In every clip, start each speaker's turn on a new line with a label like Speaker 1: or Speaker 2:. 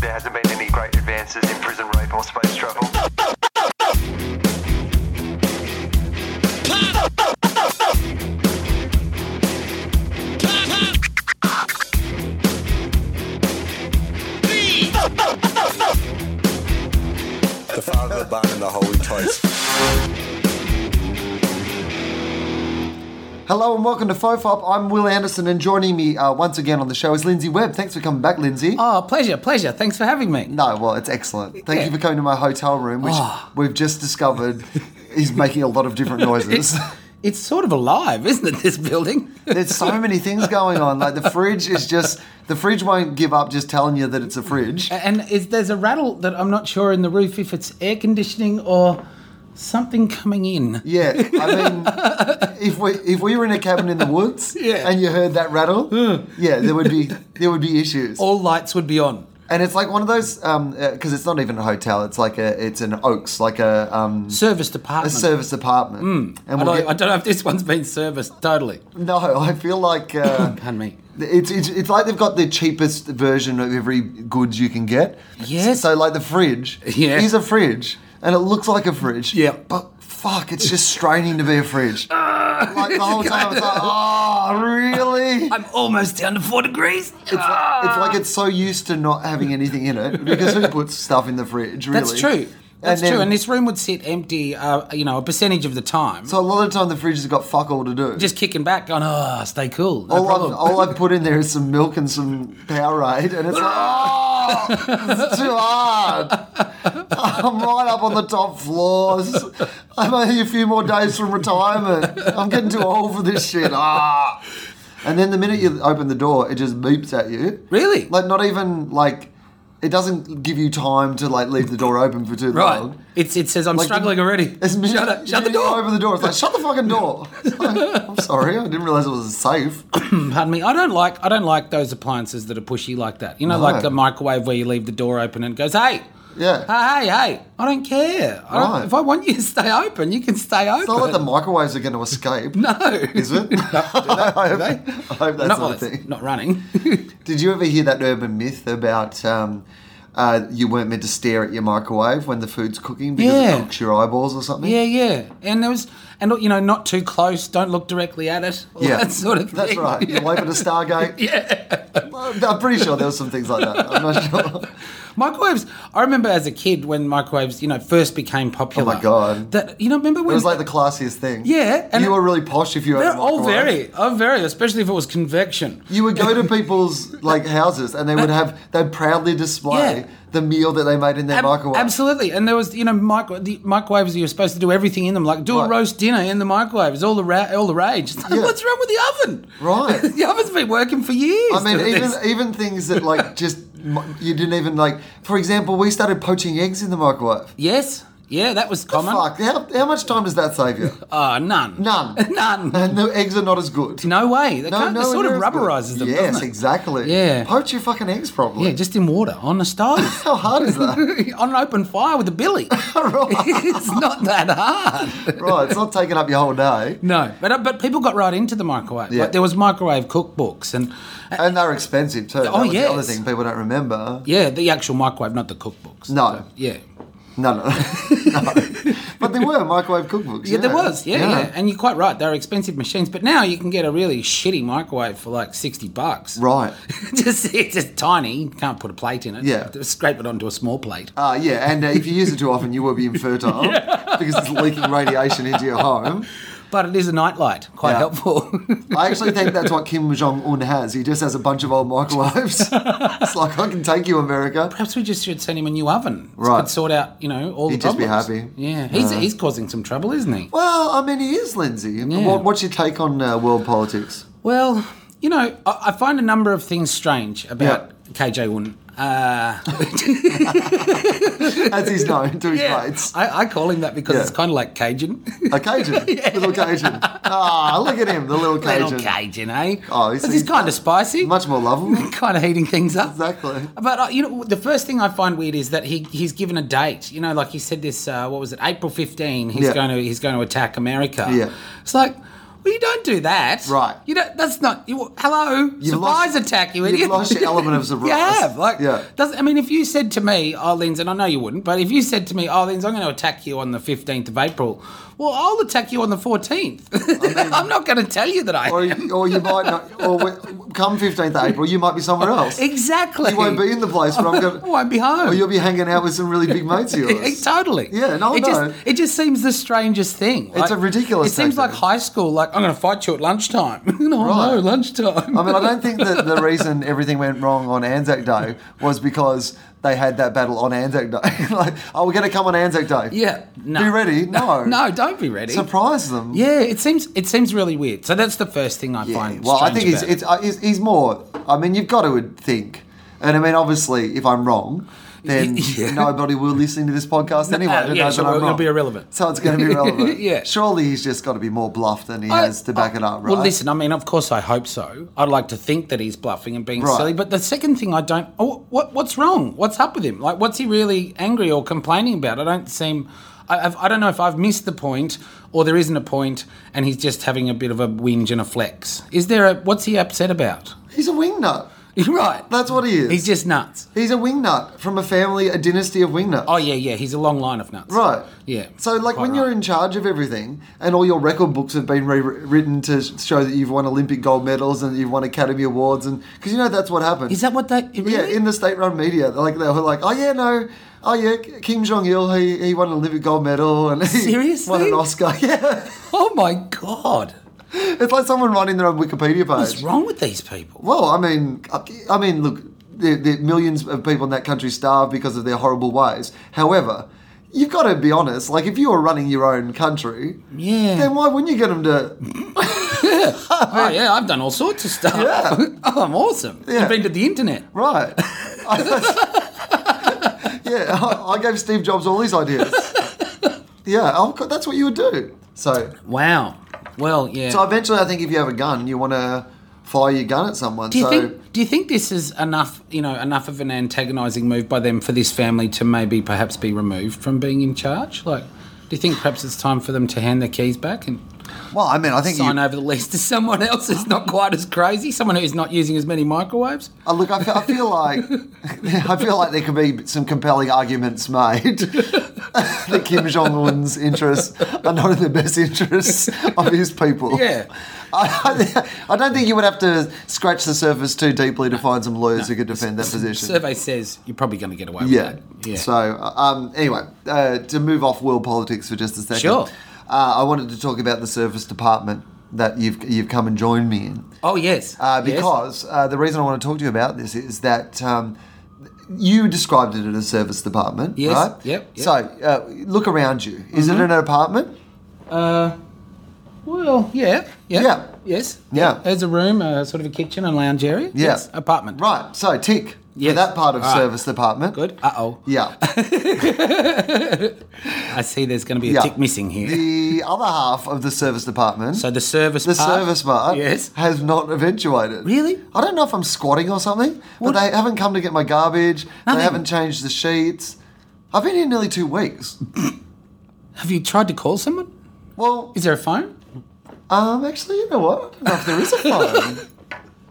Speaker 1: There hasn't been any great advances in prison rape or space travel.
Speaker 2: The Father, the Son, and the Holy Toast.
Speaker 3: Hello and welcome to Fofop. I'm Will Anderson, and joining me uh, once again on the show is Lindsay Webb. Thanks for coming back, Lindsay.
Speaker 4: Oh, pleasure, pleasure. Thanks for having me.
Speaker 3: No, well, it's excellent. Thank you for coming to my hotel room, which
Speaker 4: Ah.
Speaker 3: we've just discovered is making a lot of different noises.
Speaker 4: It's, it's sort of alive, isn't it, this building?
Speaker 3: There's so many things going on. Like the fridge is just the fridge won't give up just telling you that it's a fridge.
Speaker 4: and is, there's a rattle that I'm not sure in the roof if it's air conditioning or something coming in.
Speaker 3: Yeah, I mean, if we if we were in a cabin in the woods
Speaker 4: Yeah. Hmm.
Speaker 3: and you heard that rattle, yeah, there would be there would be issues.
Speaker 4: All lights would be on.
Speaker 3: And it's like one of those because it's not even a hotel. It's like a it's an Oaks, like a um,
Speaker 4: Service
Speaker 3: a
Speaker 4: department.
Speaker 3: service apartment. And
Speaker 4: I,
Speaker 3: we'll
Speaker 4: don't,
Speaker 3: get-
Speaker 4: Hmm. I don't know if this one's been serviced totally.
Speaker 3: no, I feel like uh,
Speaker 4: Pardon me.
Speaker 3: it's, it's it's like they've got the cheapest version of every goods you can get.
Speaker 4: Yes.
Speaker 3: So like the fridge
Speaker 4: Yeah.
Speaker 3: is a fridge, and it looks like a fridge.
Speaker 4: Yeah.
Speaker 3: But fuck, it's just straining to be a fridge.
Speaker 4: Ah,
Speaker 3: like the whole time, I was like, oh, really?
Speaker 4: I'm almost down to four degrees. Ah!
Speaker 3: It's like, it's like it's so used to not having anything in it because who puts stuff in the fridge? Really?
Speaker 4: That's true. That's
Speaker 3: then-
Speaker 4: true. And this room would sit empty, uh, you know, a percentage of the time.
Speaker 3: So a lot of the time the fridge has got fuck all to do.
Speaker 4: just kicking back, going, oh, stay cool. No
Speaker 3: all I've,
Speaker 4: problem.
Speaker 3: all I've put in there is some milk and some Powerade, and it's like, oh, it's too hard. I'm right up on the top floors. I'm only a few more days from retirement. I'm getting too old for this shit. Ah. And then the minute you open the door, it just beeps at you.
Speaker 4: Really?
Speaker 3: Like, not even like. It doesn't give you time to like leave the door open for too
Speaker 4: Right.
Speaker 3: long.
Speaker 4: It's, it says I'm
Speaker 3: Like,
Speaker 4: struggling
Speaker 3: the-
Speaker 4: already.
Speaker 3: As soon as
Speaker 4: Shut, up,
Speaker 3: you
Speaker 4: shut the door.
Speaker 3: Open the door. It's like shut the fucking door. It's like, I'm sorry, I didn't realize it was safe.
Speaker 4: Pardon me. I don't like I don't like those appliances that are pushy like that. You know,
Speaker 3: No.
Speaker 4: like a microwave where you leave the door open and it goes, hey.
Speaker 3: Yeah.
Speaker 4: Hey, hey, hey. I don't care. I don't,
Speaker 3: Right.
Speaker 4: If I want you to stay open, you can stay open.
Speaker 3: It's not like the microwaves are going to escape.
Speaker 4: no.
Speaker 3: Is it? I, hope,
Speaker 4: they?
Speaker 3: I hope that's
Speaker 4: not,
Speaker 3: not,
Speaker 4: while
Speaker 3: a
Speaker 4: it's
Speaker 3: thing.
Speaker 4: not running.
Speaker 3: Did you ever hear that urban myth about um, uh, you weren't meant to stare at your microwave when the food's cooking because
Speaker 4: Yeah.
Speaker 3: it knocks your eyeballs or something?
Speaker 4: yeah, yeah. And there was and you know, not too close, don't look directly at it. All
Speaker 3: Yeah.
Speaker 4: that sort of thing.
Speaker 3: That's right. You'll open a Stargate.
Speaker 4: Yeah.
Speaker 3: I'm pretty sure there were some things like that. I'm not sure.
Speaker 4: Microwaves. I remember as a kid when microwaves, you know, first became popular.
Speaker 3: Oh God.
Speaker 4: That you know, remember
Speaker 3: It
Speaker 4: when
Speaker 3: was like the classiest thing.
Speaker 4: Yeah, and-
Speaker 3: you were really posh if you had a
Speaker 4: They're all
Speaker 3: microwave.
Speaker 4: very, oh, very, especially if it was convection.
Speaker 3: You would go to people's like houses and they would have they'd proudly display
Speaker 4: Yeah.
Speaker 3: the meal that they made in their
Speaker 4: Ab-
Speaker 3: microwave.
Speaker 4: Absolutely, and there was you know micro- the microwaves. You're supposed to do everything in them, like do a
Speaker 3: Right.
Speaker 4: roast dinner in the microwave. It's all the ra- all the rage. It's like,
Speaker 3: Yeah.
Speaker 4: What's wrong with the oven?
Speaker 3: Right.
Speaker 4: the oven's been working for years.
Speaker 3: I mean,
Speaker 4: doing
Speaker 3: even
Speaker 4: this.
Speaker 3: even things that like just m- you didn't even like. For example, we started poaching eggs in the microwave.
Speaker 4: yes, yeah, that was common.
Speaker 3: Fuck! How, how much time does that save you?
Speaker 4: Oh, none,
Speaker 3: None.
Speaker 4: none.
Speaker 3: And the eggs are not as good.
Speaker 4: No way. They can't, it
Speaker 3: one
Speaker 4: sort of
Speaker 3: is good.
Speaker 4: rubberizes them.
Speaker 3: Yes,
Speaker 4: doesn't it?
Speaker 3: exactly.
Speaker 4: Yeah.
Speaker 3: Poach your fucking eggs, probably.
Speaker 4: Yeah, just in water on a stove.
Speaker 3: how hard is that?
Speaker 4: on an open fire with a billy. it's not that hard.
Speaker 3: right, it's not taking up your whole day,
Speaker 4: No, but uh, but people got right into the microwave.
Speaker 3: Yeah.
Speaker 4: Like there was microwave cookbooks and uh,
Speaker 3: and they're expensive too. that
Speaker 4: Oh,
Speaker 3: was the other
Speaker 4: yes.
Speaker 3: thing people don't remember.
Speaker 4: yeah, the actual microwave, not the cookbooks.
Speaker 3: No.
Speaker 4: So, yeah.
Speaker 3: No, no, no. but there were microwave cookbooks.
Speaker 4: Yeah, there was. Yeah, yeah, And you're quite right. They're expensive machines, but now you can get a really shitty microwave for like 60 bucks.
Speaker 3: Right.
Speaker 4: just it's just tiny. You can't put a plate in it.
Speaker 3: Yeah.
Speaker 4: Just scrape it onto a small plate.
Speaker 3: Uh, yeah, and uh, if you use it too often, you will be infertile because it's leaking radiation into your home.
Speaker 4: But it is a nightlight. Quite
Speaker 3: Yeah.
Speaker 4: helpful.
Speaker 3: I actually think that's what Kim Jong Un has. He just has a bunch of old microwaves. it's like I can take you, America.
Speaker 4: Perhaps we just should send him a new oven. This
Speaker 3: Right.
Speaker 4: Could sort out, you know, all
Speaker 3: He'd
Speaker 4: the
Speaker 3: just be
Speaker 4: problems.
Speaker 3: happy.
Speaker 4: Yeah. He's, he's causing some trouble, isn't he?
Speaker 3: Well, I mean, he is Lindsay. What, what's your take on uh, world politics?
Speaker 4: Well, you know, I, I find a number of things strange about KJ Wooden. Uh,
Speaker 3: as he's known to his mates.
Speaker 4: I, I call him that because
Speaker 3: Yeah.
Speaker 4: it's kind of like Cajun.
Speaker 3: A Cajun, little Cajun. Ah, look at him, the little Cajun.
Speaker 4: Little Cajun, eh?
Speaker 3: Oh, he's-
Speaker 4: he's, he's kind of spicy.
Speaker 3: Much more lovable.
Speaker 4: kind of heating things up.
Speaker 3: Exactly.
Speaker 4: But uh, you know, the first thing I find weird is that he he's given a date. You know, like he said this. Uh, what was it? April fifteen. He's
Speaker 3: Yeah.
Speaker 4: going to he's going to attack America.
Speaker 3: Yeah.
Speaker 4: It's like. Well, you don't do that,
Speaker 3: Right.
Speaker 4: You don't. That's not. You, hello, surprise
Speaker 3: lost-
Speaker 4: attack, you
Speaker 3: you've
Speaker 4: idiot!
Speaker 3: lost your element of surprise.
Speaker 4: you have, like,
Speaker 3: Yeah.
Speaker 4: does I mean, if you said to me, Arlene's, and I know you wouldn't, but if you said to me, Arlene's, I'm going to attack you on the fifteenth of April, well, I'll attack you on the fourteenth. I'm not going to tell you that I.
Speaker 3: Or,
Speaker 4: am.
Speaker 3: or you might not, or we- come 15th April, you might be somewhere else.
Speaker 4: Exactly.
Speaker 3: You won't be in the place, but I'm
Speaker 4: I
Speaker 3: going
Speaker 4: won't be home.
Speaker 3: Or you'll be hanging out with some really big mates of
Speaker 4: It-
Speaker 3: yours.
Speaker 4: it- totally.
Speaker 3: Yeah, no,
Speaker 4: it
Speaker 3: no.
Speaker 4: Just, it just seems the strangest thing.
Speaker 3: It's a ridiculous
Speaker 4: It seems like
Speaker 3: tactic.
Speaker 4: high school. Like I'm going to fight you at lunchtime. no,
Speaker 3: Right.
Speaker 4: no, lunchtime.
Speaker 3: I mean, I don't think that the reason everything went wrong on Anzac Day was because they had that battle on Anzac Day. like, oh, we're going to come on Anzac Day.
Speaker 4: yeah, no.
Speaker 3: Be ready? No.
Speaker 4: no, don't be ready.
Speaker 3: Surprise them.
Speaker 4: yeah, it seems it seems really weird. So that's the first thing I
Speaker 3: Yeah,
Speaker 4: find.
Speaker 3: Well, I
Speaker 4: strange
Speaker 3: think he's,
Speaker 4: about
Speaker 3: it's, uh, he's he's more. I mean, you've got to think, and I mean, obviously, if I'm wrong, then
Speaker 4: Yeah.
Speaker 3: nobody will listen to this podcast anyway.
Speaker 4: uh,
Speaker 3: to
Speaker 4: yeah,
Speaker 3: know
Speaker 4: sure,
Speaker 3: that I'm
Speaker 4: it'll
Speaker 3: wrong.
Speaker 4: be irrelevant.
Speaker 3: So it's going to be relevant.
Speaker 4: Yeah.
Speaker 3: Surely he's just got to be more bluff than he
Speaker 4: I-
Speaker 3: has to back it up, right?
Speaker 4: Well, listen, I mean, of course, I hope so. I'd like to think that he's bluffing and being
Speaker 3: Right.
Speaker 4: silly. But the second thing I don't. Oh, what What's wrong? What's up with him? Like, what's he really angry or complaining about? I don't seem. I, I've, I don't know if I've missed the point or there isn't a point and he's just having a bit of a whinge and a flex. Is there a. What's he upset about?
Speaker 3: He's a wingnut.
Speaker 4: You're right.
Speaker 3: That's what he is.
Speaker 4: He's just nuts.
Speaker 3: He's a wingnut from a family, a dynasty of wingnuts.
Speaker 4: Oh, yeah, yeah. He's a long line of nuts.
Speaker 3: Right.
Speaker 4: Yeah.
Speaker 3: So, like,
Speaker 4: quite
Speaker 3: when
Speaker 4: right.
Speaker 3: you're in charge of everything and all your record books have been rewritten to show that you've won Olympic gold medals and you've won Academy Awards, and because you know that's what happened.
Speaker 4: Is that what they. Really?
Speaker 3: Yeah, in the state-run media, they're like they were like, "Oh yeah, no, oh yeah, Kim Jong Il, he he won an Olympic gold medal and he won
Speaker 4: Seriously?
Speaker 3: an Oscar." Yeah,
Speaker 4: oh, my God.
Speaker 3: it's like someone writing their own Wikipedia
Speaker 4: What's
Speaker 3: page.
Speaker 4: wrong with these people?
Speaker 3: Well, I mean, I- I mean, look, the, the millions of people in that country starve because of their horrible ways. However, you've got to be honest. Like, if you were running your own country,
Speaker 4: Yeah.
Speaker 3: then why wouldn't you get them to?
Speaker 4: Oh yeah, I've done all sorts of stuff.
Speaker 3: Yeah.
Speaker 4: oh, I'm awesome.
Speaker 3: Yeah.
Speaker 4: I've been to the internet.
Speaker 3: Right. yeah, I, I gave Steve Jobs all these ideas. Yeah, I'll, that's what you would do. So,
Speaker 4: Wow. Well, yeah.
Speaker 3: so eventually, I think if you have a gun, you want to fire your gun at someone.
Speaker 4: do you
Speaker 3: so,
Speaker 4: think do you think this is enough, you know, enough of an antagonizing move by them for this family to maybe perhaps be removed from being in charge? Like do you think perhaps it's time for them to hand their keys back and
Speaker 3: well, I mean, I think
Speaker 4: sign
Speaker 3: you,
Speaker 4: over the lease to someone else who's not quite as crazy, someone who's not using as many microwaves?
Speaker 3: Uh, look, I, fe- I feel like I feel like there could be some compelling arguments made that Kim Jong Un's interests are not in the best interests of his people.
Speaker 4: Yeah.
Speaker 3: I, I don't think you would have to scratch the surface too deeply to find some lawyers who could defend that position.
Speaker 4: Survey says you're probably going to get away
Speaker 3: Yeah.
Speaker 4: with that. Yeah.
Speaker 3: So, uh, um, anyway, uh, to move off world politics for just a second.
Speaker 4: Sure.
Speaker 3: Uh, I wanted to talk about the service department that you've you've come and joined me in.
Speaker 4: oh yes.
Speaker 3: Uh,
Speaker 4: Yes.
Speaker 3: because uh, the reason I want to talk to you about this is that um, you described it as a service department,
Speaker 4: Yes,
Speaker 3: right?
Speaker 4: yep, yep.
Speaker 3: So
Speaker 4: Mm-hmm.
Speaker 3: uh, look around you. Is it an apartment?
Speaker 4: Well, yeah, yeah,
Speaker 3: Yeah.
Speaker 4: yes,
Speaker 3: Yeah.
Speaker 4: There's a room, uh, sort of a kitchen and lounge area. Yeah. Yes, apartment.
Speaker 3: Right. So tick
Speaker 4: Yes.
Speaker 3: for that part of
Speaker 4: All right.
Speaker 3: service department.
Speaker 4: Good. Uh oh.
Speaker 3: Yeah.
Speaker 4: I see. There's going to be a
Speaker 3: Yeah.
Speaker 4: tick missing here.
Speaker 3: the other half of the service department.
Speaker 4: so the service.
Speaker 3: the
Speaker 4: part-
Speaker 3: service part
Speaker 4: Yes.
Speaker 3: has not eventuated.
Speaker 4: Really?
Speaker 3: I don't know if I'm squatting or something,
Speaker 4: What-
Speaker 3: but they haven't come to get my garbage.
Speaker 4: Nothing.
Speaker 3: They haven't changed the sheets. I've been here nearly two weeks.
Speaker 4: Have you tried to call someone?
Speaker 3: Well,
Speaker 4: Is there a phone?
Speaker 3: Um, actually, you know what? I don't know if there is a phone.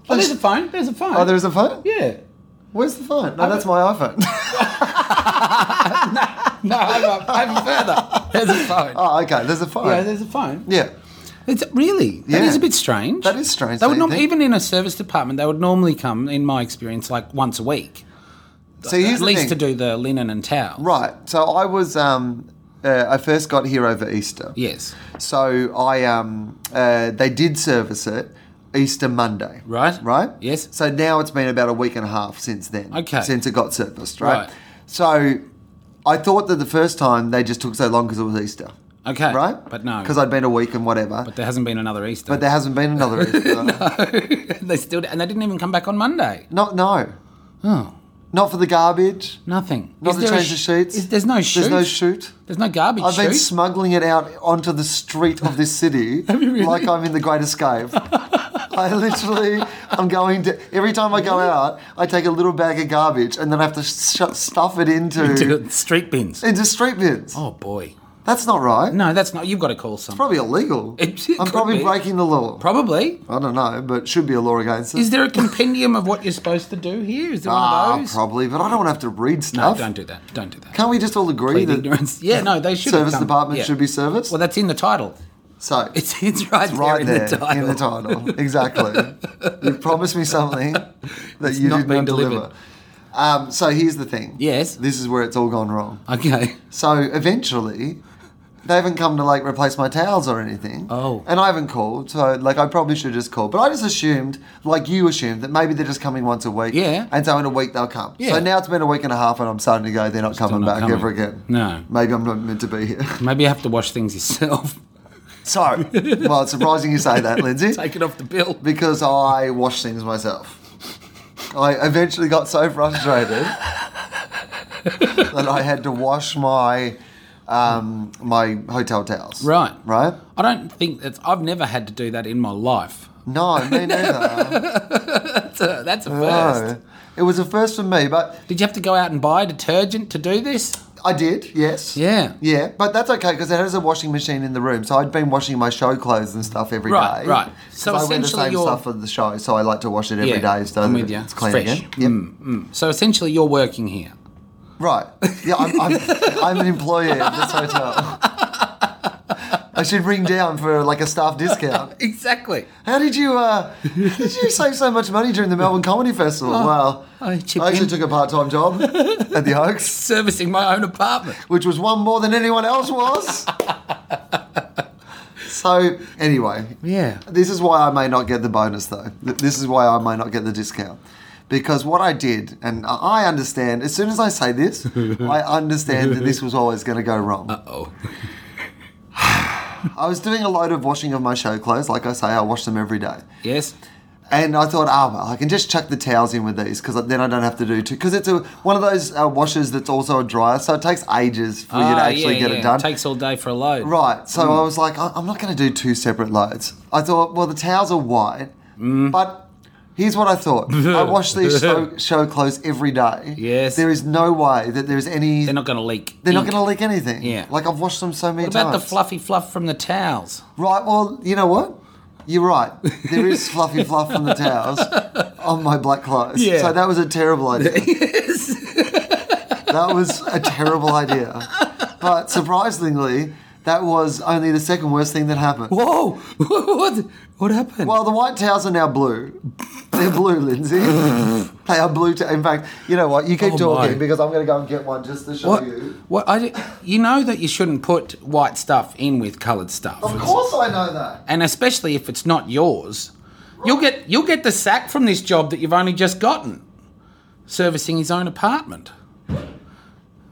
Speaker 4: Oh, there's a phone. There's a phone.
Speaker 3: oh, there is a phone?
Speaker 4: Yeah.
Speaker 3: Where's the phone? No, that's my iPhone.
Speaker 4: No, I'm up. I'm further. There's a phone.
Speaker 3: oh, okay, there's a phone.
Speaker 4: Yeah,
Speaker 3: Yeah.
Speaker 4: there's a phone. It's really that is
Speaker 3: Yeah.
Speaker 4: a bit strange.
Speaker 3: That is strange,
Speaker 4: They would
Speaker 3: don't you
Speaker 4: norm-
Speaker 3: think?
Speaker 4: even in a service department, they would normally come, in my experience, like once a week,
Speaker 3: So here's
Speaker 4: at
Speaker 3: the
Speaker 4: least
Speaker 3: thing.
Speaker 4: to do the linen and towel.
Speaker 3: Right. So I was, um, uh, I first got here over Easter.
Speaker 4: Yes.
Speaker 3: So I, um, uh, they did service it Easter Monday.
Speaker 4: Right.
Speaker 3: Right.
Speaker 4: Yes.
Speaker 3: So now it's been about a week and a half since then.
Speaker 4: Okay.
Speaker 3: Since it got serviced, right?
Speaker 4: Right.
Speaker 3: So I thought that the first time they just took so long because it was Easter.
Speaker 4: Okay.
Speaker 3: Right?
Speaker 4: But no.
Speaker 3: Because I'd been a week and whatever.
Speaker 4: There hasn't been another Easter.
Speaker 3: But there hasn't been another Easter.
Speaker 4: they still and they didn't even come back on Monday.
Speaker 3: Not no.
Speaker 4: Oh,
Speaker 3: Not for the garbage.
Speaker 4: Nothing.
Speaker 3: Not
Speaker 4: Is
Speaker 3: to
Speaker 4: there a
Speaker 3: change the
Speaker 4: sh-
Speaker 3: sheets.
Speaker 4: is- there's no shoot.
Speaker 3: There's no shoot.
Speaker 4: There's no garbage
Speaker 3: I've been
Speaker 4: chute.
Speaker 3: smuggling it out onto the street of this city
Speaker 4: you really?
Speaker 3: like I'm in the Great Escape. I literally, I'm going to, every time I go out, I take a little bag of garbage and then I have to sh- stuff it into,
Speaker 4: Dude, street bins.
Speaker 3: into street bins.
Speaker 4: Oh boy.
Speaker 3: That's not right.
Speaker 4: No, that's not. You've got to call someone.
Speaker 3: Probably illegal.
Speaker 4: It- it
Speaker 3: I'm
Speaker 4: could
Speaker 3: probably
Speaker 4: be.
Speaker 3: breaking the law.
Speaker 4: Probably.
Speaker 3: I don't know, but should be a law against it.
Speaker 4: Is there a compendium of what you're supposed to do here? Is there
Speaker 3: ah,
Speaker 4: one of those?
Speaker 3: probably, but I don't want to have to read
Speaker 4: no,
Speaker 3: stuff.
Speaker 4: don't do that. Don't do that.
Speaker 3: Can't we just all agree
Speaker 4: Plead
Speaker 3: that
Speaker 4: ignorance. Yeah, no, they should. have
Speaker 3: service
Speaker 4: come.
Speaker 3: department
Speaker 4: Yeah.
Speaker 3: should be serviced?
Speaker 4: Well, that's in the title.
Speaker 3: so
Speaker 4: It's it's right,
Speaker 3: right there
Speaker 4: there, in the title.
Speaker 3: in the title. Exactly. you promised me something that you
Speaker 4: not
Speaker 3: did not
Speaker 4: been
Speaker 3: deliver.
Speaker 4: delivered.
Speaker 3: Um, so here's the thing.
Speaker 4: Yes.
Speaker 3: This is where it's all gone wrong.
Speaker 4: Okay.
Speaker 3: So eventually, they haven't come to like replace my towels or anything.
Speaker 4: Oh.
Speaker 3: And I haven't called, so like I probably should just call. But I just assumed, like you assumed, that maybe they're just coming once a week.
Speaker 4: Yeah.
Speaker 3: And so in a week they'll come.
Speaker 4: Yeah.
Speaker 3: So now it's been a week and a half, and I'm starting to go. They're not coming
Speaker 4: not
Speaker 3: back
Speaker 4: coming.
Speaker 3: ever again.
Speaker 4: No.
Speaker 3: Maybe I'm not meant to be here.
Speaker 4: Maybe you have to wash things yourself.
Speaker 3: So, well, it's surprising you say that, Lindsay.
Speaker 4: Take it off the bill.
Speaker 3: because I wash things myself. I eventually got so frustrated that I had to wash my um, my hotel towels.
Speaker 4: Right.
Speaker 3: Right?
Speaker 4: I don't think that's. I've never had to do that in my life.
Speaker 3: No, me neither.
Speaker 4: Uh, That's a first.
Speaker 3: no. It was a first for me, but
Speaker 4: Did you have to go out and buy detergent to do this?
Speaker 3: I did, yes.
Speaker 4: Yeah.
Speaker 3: Yeah, but that's okay because there is a washing machine in the room, so I'd been washing my show clothes and stuff every day.
Speaker 4: Right, right.
Speaker 3: So
Speaker 4: So
Speaker 3: I wear the
Speaker 4: essentially
Speaker 3: same
Speaker 4: you're-
Speaker 3: stuff for the show, so I like to wash it every day.
Speaker 4: Yeah,
Speaker 3: so
Speaker 4: I'm
Speaker 3: that
Speaker 4: with ya.
Speaker 3: it's clean
Speaker 4: Fresh. Mm.
Speaker 3: again. Yep.
Speaker 4: So essentially, you're working here.
Speaker 3: Right. Yeah, I'm, I'm, I'm an employee of this hotel. I should ring down for like a staff discount.
Speaker 4: Exactly.
Speaker 3: How did you uh, how did you save so much money during the Melbourne Comedy Festival? Well,
Speaker 4: Oh, I chipped
Speaker 3: I actually
Speaker 4: in.
Speaker 3: took a part-time job at the Oaks,
Speaker 4: Servicing my own apartment.
Speaker 3: which was one more than anyone else was. So anyway,
Speaker 4: Yeah.
Speaker 3: this is why I may not get the bonus, though. Th- This is why I may not get the discount. Because what I did, and I I understand, as soon as I say this, I understand that this was always going to go wrong.
Speaker 4: Oh.
Speaker 3: I was doing a load of washing of my show clothes. Like I say, I wash them every day.
Speaker 4: Yes.
Speaker 3: And I thought, ah, well, I can just chuck the towels in with these because then I don't have to do two. Because it's a, one of those uh, washers that's also a dryer, so it takes ages for you to
Speaker 4: Ah,
Speaker 3: actually
Speaker 4: yeah,
Speaker 3: get
Speaker 4: yeah.
Speaker 3: it done.
Speaker 4: Takes all day for a load.
Speaker 3: Right. So
Speaker 4: Mm.
Speaker 3: I was like, I- I'm not going to do two separate loads. I thought, well, the towels are white,
Speaker 4: Mm.
Speaker 3: but here's what I thought. I wash these show, show clothes every day.
Speaker 4: Yes.
Speaker 3: There is no way that there's any.
Speaker 4: They're not going to leak.
Speaker 3: They're not
Speaker 4: ink.
Speaker 3: going to leak anything.
Speaker 4: Yeah.
Speaker 3: Like I've washed them so many
Speaker 4: What about the
Speaker 3: times.
Speaker 4: fluffy fluff from the towels?
Speaker 3: Right. Well, you know what? You're right. There is fluffy fluff from the towels on my black clothes.
Speaker 4: Yeah.
Speaker 3: So that was a terrible idea. That was a terrible idea. But surprisingly, that was only the second worst thing that happened.
Speaker 4: Whoa! what? What happened?
Speaker 3: Well, the white towels are now blue. They're blue, Lindsay. they are blue. ta- In fact, you know what? You keep
Speaker 4: Oh,
Speaker 3: talking
Speaker 4: my.
Speaker 3: because I'm going to go and get one just to show
Speaker 4: what?
Speaker 3: you.
Speaker 4: What? I, di- you know that you shouldn't put white stuff in with coloured stuff.
Speaker 3: Of course, I know that.
Speaker 4: and especially if it's not yours, you'll get you'll get the sack from this job that you've only just gotten, servicing his own apartment.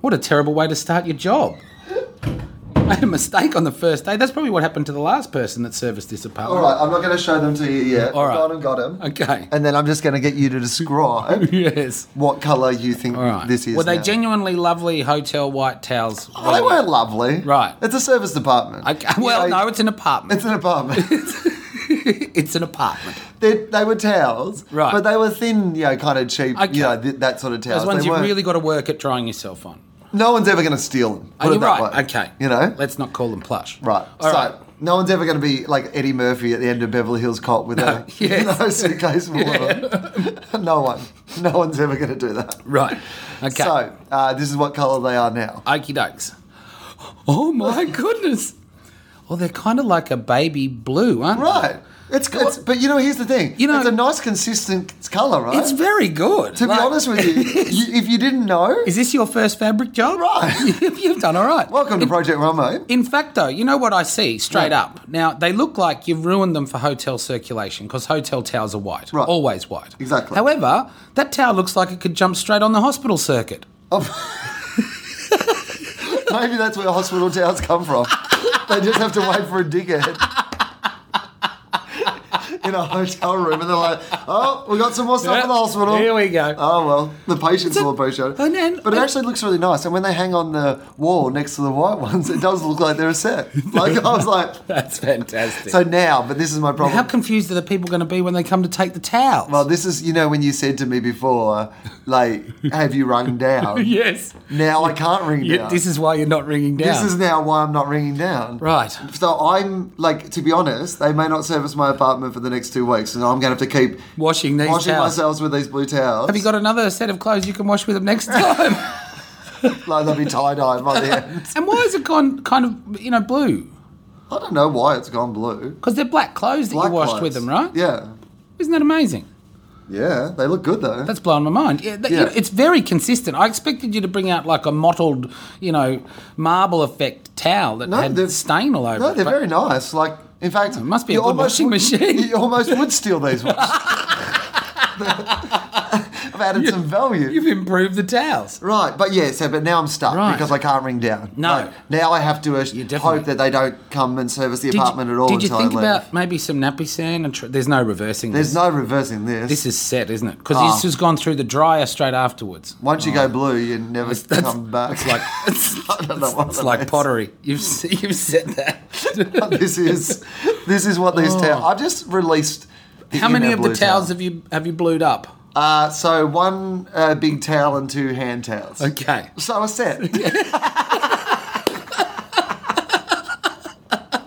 Speaker 4: What a terrible way to start your job! Made a mistake on the first day. That's probably what happened to the last person that serviced this
Speaker 3: All
Speaker 4: apartment.
Speaker 3: right, I'm not going to show them to you yet.
Speaker 4: All right.
Speaker 3: I've gone and got them.
Speaker 4: Okay.
Speaker 3: And then I'm just going to get you to describe
Speaker 4: yes.
Speaker 3: what colour you think
Speaker 4: All right.
Speaker 3: this is.
Speaker 4: Were they
Speaker 3: now.
Speaker 4: genuinely lovely hotel white towels?
Speaker 3: Oh, they weren't lovely.
Speaker 4: Right.
Speaker 3: It's a service department.
Speaker 4: Okay. Well,
Speaker 3: You know,
Speaker 4: no, it's an apartment.
Speaker 3: It's an apartment.
Speaker 4: It's an apartment.
Speaker 3: they, they were towels,
Speaker 4: Right.
Speaker 3: But they were thin, you know, kind of cheap,
Speaker 4: Okay.
Speaker 3: you know, th- that sort of towels.
Speaker 4: Those ones
Speaker 3: They
Speaker 4: you've
Speaker 3: weren't-
Speaker 4: really got to work at trying yourself on.
Speaker 3: No one's ever going to steal them.
Speaker 4: Are
Speaker 3: put
Speaker 4: you
Speaker 3: it that
Speaker 4: Oh, right?
Speaker 3: way.
Speaker 4: Okay.
Speaker 3: You know,
Speaker 4: Let's not call them plush.
Speaker 3: Right. so
Speaker 4: All right.
Speaker 3: no one's ever going to be like Eddie Murphy at the end of Beverly Hills Cop with a
Speaker 4: yes.
Speaker 3: you know, suitcase full of them. no one. No one's ever going to do that.
Speaker 4: Right. Okay.
Speaker 3: So uh, this is what colour they are now.
Speaker 4: Okey dokes. Oh my goodness. Well, they're kind of like a baby blue, aren't
Speaker 3: Right. It's good. But you know, here's the thing.
Speaker 4: You know-
Speaker 3: it's a nice, consistent colour, right?
Speaker 4: they? It's very good.
Speaker 3: to be honest with you, you, if you didn't know,
Speaker 4: Is this your first fabric job?
Speaker 3: Right.
Speaker 4: You've done all right.
Speaker 3: welcome to Project Romo.
Speaker 4: In fact, though, you know what I see straight
Speaker 3: Yeah.
Speaker 4: up? Now, they look like you've ruined them for hotel circulation because hotel towels are white.
Speaker 3: Right.
Speaker 4: Always white.
Speaker 3: Exactly.
Speaker 4: However, that towel looks like it could jump straight on the hospital circuit.
Speaker 3: Maybe that's where hospital towels come from. they just have to wait for a dickhead in a hotel room, and they're like, oh, we got some more stuff in the hospital.
Speaker 4: Here we go.
Speaker 3: Oh well, the patients
Speaker 4: It's a-
Speaker 3: will appreciate it.
Speaker 4: and then-
Speaker 3: but it
Speaker 4: and-
Speaker 3: actually looks really nice. And when they hang on the wall next to the white ones, it does look like they're a set. Like I was like,
Speaker 4: That's fantastic.
Speaker 3: so now, but this is my problem.
Speaker 4: How confused are the people going to be when they come to take the towels?
Speaker 3: well, this is you know when you said to me before, like, have you rung down?
Speaker 4: yes.
Speaker 3: Now I can't ring
Speaker 4: You-
Speaker 3: down.
Speaker 4: This is why you're not ringing down.
Speaker 3: This is now why I'm not ringing down.
Speaker 4: right.
Speaker 3: So I'm like, to be honest, they may not service my apartment for the next two weeks, and I'm gonna have to keep
Speaker 4: Washing these
Speaker 3: washing
Speaker 4: towels.
Speaker 3: myself with these blue towels.
Speaker 4: Have you got another set of clothes you can wash with them next time?
Speaker 3: Like they'll be tie dye by the end.
Speaker 4: and why is it gone kind of you know blue?
Speaker 3: I don't know why it's gone blue.
Speaker 4: Because they're black clothes that
Speaker 3: Black
Speaker 4: you washed
Speaker 3: lights.
Speaker 4: with them, right?
Speaker 3: Yeah,
Speaker 4: Isn't that amazing?
Speaker 3: yeah, they look good though.
Speaker 4: That's blown my mind. Yeah, that- you
Speaker 3: Yeah.
Speaker 4: know, it's very consistent. I expected you to bring out like a mottled, you know, marble effect towel that
Speaker 3: No,
Speaker 4: had
Speaker 3: they're-
Speaker 4: stain all over
Speaker 3: no,
Speaker 4: it.
Speaker 3: they're
Speaker 4: but-
Speaker 3: very nice. Like, in fact, it
Speaker 4: must be a good washing machine.
Speaker 3: You almost would steal these ones. I've added some value.
Speaker 4: You've improved the towels.
Speaker 3: Right, but yeah, so but now I'm stuck
Speaker 4: Right.
Speaker 3: because I can't ring down.
Speaker 4: No.
Speaker 3: Like, now I have to uh,
Speaker 4: definitely-
Speaker 3: hope that they don't come and service the apartment
Speaker 4: you,
Speaker 3: at all
Speaker 4: did you
Speaker 3: until
Speaker 4: think
Speaker 3: I leave.
Speaker 4: about maybe some nappy sand? And tr- there's no reversing
Speaker 3: There's
Speaker 4: this.
Speaker 3: no reversing this.
Speaker 4: this is set, isn't it? Because
Speaker 3: Ah.
Speaker 4: this has gone through the dryer straight afterwards.
Speaker 3: Once you go blue, you never
Speaker 4: That's-
Speaker 3: come back.
Speaker 4: It's like it's,
Speaker 3: I don't know what
Speaker 4: it's
Speaker 3: that
Speaker 4: like
Speaker 3: means.
Speaker 4: pottery. You've s- you've said that.
Speaker 3: this is this is what these towels. I've just released. The
Speaker 4: Oh. How many
Speaker 3: inner
Speaker 4: of the
Speaker 3: blue towel.
Speaker 4: towels have you have you blued up?
Speaker 3: Uh, so one uh, big towel and two hand towels.
Speaker 4: Okay.
Speaker 3: So a set.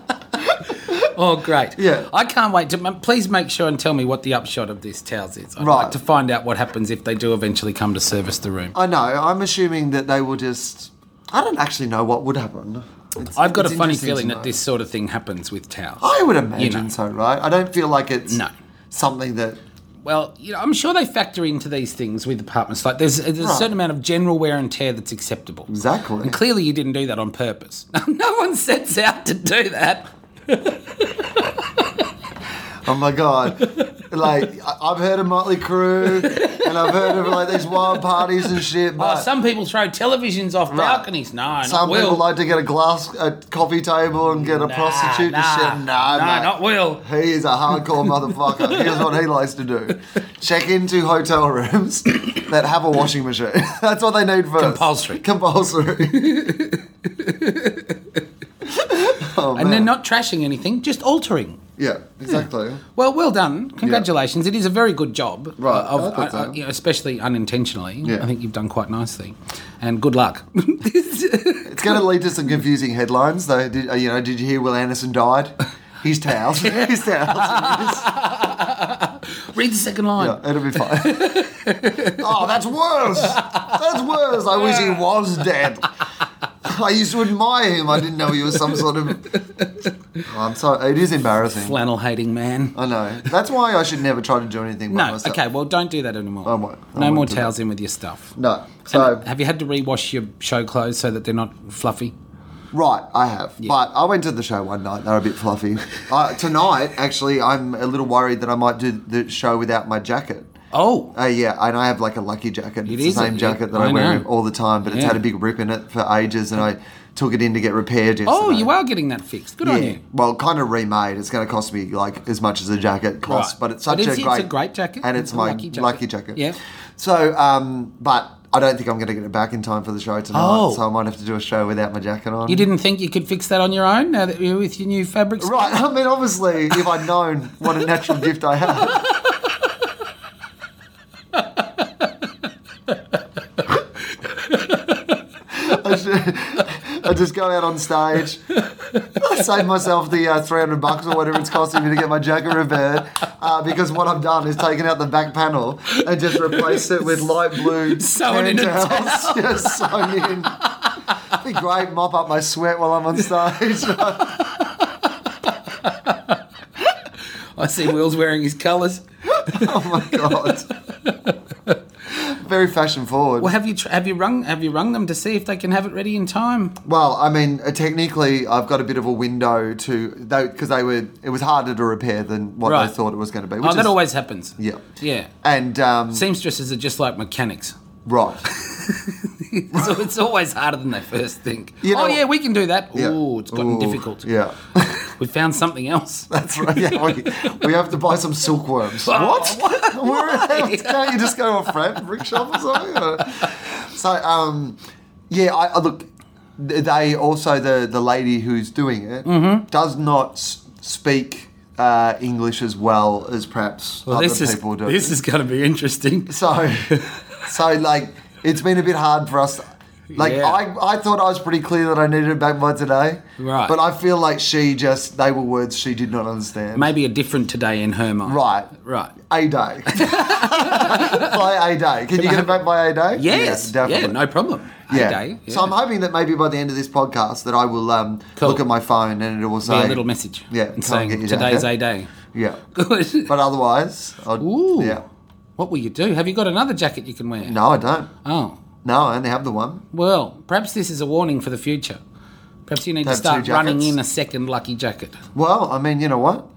Speaker 4: Oh, great.
Speaker 3: Yeah.
Speaker 4: I can't wait. To, m- please make sure and tell me what the upshot of this towels is. I'd
Speaker 3: Right.
Speaker 4: like to find out what happens if they do eventually come to service the room.
Speaker 3: I know. I'm assuming that they will just. I don't actually know what would happen. It's-
Speaker 4: I've got a
Speaker 3: it's
Speaker 4: funny
Speaker 3: interesting to
Speaker 4: feeling that
Speaker 3: know.
Speaker 4: this sort of thing happens with towels.
Speaker 3: I would imagine
Speaker 4: know.
Speaker 3: so, right? I don't feel like it's
Speaker 4: No.
Speaker 3: something that.
Speaker 4: Well, you know, I'm sure they factor into these things with apartments. Like, there's, there's a
Speaker 3: Right.
Speaker 4: certain amount of general wear and tear that's acceptable.
Speaker 3: Exactly.
Speaker 4: And clearly, you didn't do that on purpose. no one sets out to do that.
Speaker 3: Oh my god! like I- I've heard of Motley Crue, and I've heard of like these wild parties and shit. But
Speaker 4: Oh, some people throw televisions off balconies. No, not
Speaker 3: some
Speaker 4: Will.
Speaker 3: people like to get a glass at coffee table and get a
Speaker 4: Nah,
Speaker 3: prostitute
Speaker 4: nah,
Speaker 3: and shit. Nah,
Speaker 4: nah,
Speaker 3: mate.
Speaker 4: not Will.
Speaker 3: He is a hardcore motherfucker. Here's what he likes to do: check into hotel rooms that have a washing machine. That's what they need first.
Speaker 4: Compulsory.
Speaker 3: Compulsory. Oh,
Speaker 4: And they're
Speaker 3: man.
Speaker 4: not trashing anything, just altering.
Speaker 3: Yeah, exactly.
Speaker 4: Well, well done. Congratulations. It is a very good job.
Speaker 3: Right,
Speaker 4: uh, Of,
Speaker 3: I thought
Speaker 4: uh,
Speaker 3: so.
Speaker 4: you know, especially unintentionally.
Speaker 3: Yeah.
Speaker 4: I think you've done quite nicely. And good luck.
Speaker 3: It's going to lead to some confusing headlines, though. Did, uh, you know, did you hear Will Anderson died? His towels. His towels.
Speaker 4: Read the second line.
Speaker 3: Yeah, it'll be fine. oh, that's worse. That's worse. I wish he was dead. I used to admire him. I didn't know he was some sort of. Oh, I'm sorry. It is embarrassing.
Speaker 4: Flannel hating man.
Speaker 3: I know. That's why I should never try to do anything by
Speaker 4: No,
Speaker 3: myself.
Speaker 4: okay, well, don't do that anymore.
Speaker 3: I won't. I
Speaker 4: no
Speaker 3: won't
Speaker 4: more
Speaker 3: do Oh, that.
Speaker 4: towels in with your stuff.
Speaker 3: No. So,
Speaker 4: Have you had to rewash your show clothes so that they're not fluffy?
Speaker 3: right, I have. But I went to the show one night. They're a bit fluffy. Uh, tonight, actually, I'm a little worried that I might do the show without my jacket.
Speaker 4: Oh,
Speaker 3: Uh, yeah, and I have like a lucky jacket. it's
Speaker 4: is
Speaker 3: the
Speaker 4: a-
Speaker 3: same jacket that
Speaker 4: I
Speaker 3: I, wear
Speaker 4: know.
Speaker 3: all the time, but it's
Speaker 4: Yeah.
Speaker 3: had a big rip in it for ages, and I took it in to get repaired. Yesterday.
Speaker 4: oh, you are getting that fixed. Good
Speaker 3: Yeah.
Speaker 4: on you.
Speaker 3: Well, kind of remade. It's going to cost me like as much as a jacket costs,
Speaker 4: Right.
Speaker 3: but it's
Speaker 4: But
Speaker 3: such
Speaker 4: it's-
Speaker 3: a,
Speaker 4: it's
Speaker 3: great,
Speaker 4: a great jacket.
Speaker 3: and it's,
Speaker 4: It's a
Speaker 3: my
Speaker 4: lucky
Speaker 3: lucky
Speaker 4: jacket.
Speaker 3: jacket.
Speaker 4: Yeah.
Speaker 3: So, um, but I don't think I'm going to get it back in time for the show tonight.
Speaker 4: Oh.
Speaker 3: So I might have to do a show without my jacket on.
Speaker 4: You didn't think you could fix that on your own now that you're with your new fabrics?
Speaker 3: Right. I mean, obviously, if I'd known what a natural gift I had, I, should, I just go out on stage, save myself the uh, 300 bucks or whatever it's costing me to get my jacket repaired, uh, because what I've done is taken out the back panel and just replaced it with light blue
Speaker 4: Sewn in a
Speaker 3: towels, just sewn in. Be great, mop up my sweat while I'm on stage.
Speaker 4: I see Will's wearing his colours.
Speaker 3: Oh my god. Very fashion forward.
Speaker 4: Well, have you tr- have you rung have you rung them to see if they can have it ready in time?
Speaker 3: Well, I mean, uh, technically, I've got a bit of a window to because they were it was harder to repair than what
Speaker 4: Right.
Speaker 3: they thought it was going to be. Which
Speaker 4: Oh, that
Speaker 3: is-
Speaker 4: always happens.
Speaker 3: Yeah.
Speaker 4: Yeah.
Speaker 3: And um,
Speaker 4: Seamstresses are just like mechanics.
Speaker 3: right,
Speaker 4: So it's always harder than they first think.
Speaker 3: You know-
Speaker 4: oh yeah, we can do that.
Speaker 3: yeah.
Speaker 4: Oh, it's gotten
Speaker 3: Ooh,
Speaker 4: difficult.
Speaker 3: Yeah,
Speaker 4: We found something else.
Speaker 3: That's right. Yeah, we, we have to buy some silkworms. What? Where, can't you just go to a friend brick shop or something? Or- So, um, yeah, I, I look. th- They also the the lady who's doing it
Speaker 4: Mm-hmm.
Speaker 3: does not s- speak uh, English as well as perhaps
Speaker 4: Well,
Speaker 3: other
Speaker 4: this is
Speaker 3: people do.
Speaker 4: this is going to be interesting.
Speaker 3: So, so like, it's been a bit hard for us. Like,
Speaker 4: Yeah.
Speaker 3: I, I thought I was pretty clear that I needed it back by today.
Speaker 4: Right.
Speaker 3: But I feel like she just, they were words she did not understand.
Speaker 4: Maybe a different today in her mind.
Speaker 3: Right.
Speaker 4: Right.
Speaker 3: A day. by a day. Can you get it back by a day?
Speaker 4: Yes. yeah. No problem.
Speaker 3: Yeah.
Speaker 4: Hey, day. Yeah.
Speaker 3: So I'm hoping that maybe by the end of this podcast that I will um,
Speaker 4: Cool.
Speaker 3: look at my phone and it will
Speaker 4: Be
Speaker 3: say
Speaker 4: a little message.
Speaker 3: Yeah,
Speaker 4: And
Speaker 3: come and
Speaker 4: saying
Speaker 3: get your
Speaker 4: today's
Speaker 3: day.
Speaker 4: a day.
Speaker 3: Yeah.
Speaker 4: Good.
Speaker 3: But otherwise, I'll,
Speaker 4: Ooh.
Speaker 3: yeah.
Speaker 4: What will you do? Have you got another jacket you can wear?
Speaker 3: No, I don't.
Speaker 4: Oh.
Speaker 3: No, I only have the one.
Speaker 4: Well, perhaps this is a warning for the future. Perhaps you need
Speaker 3: Have
Speaker 4: to
Speaker 3: two
Speaker 4: start running
Speaker 3: jackets.
Speaker 4: in a second lucky jacket.
Speaker 3: Well, I mean, you know what?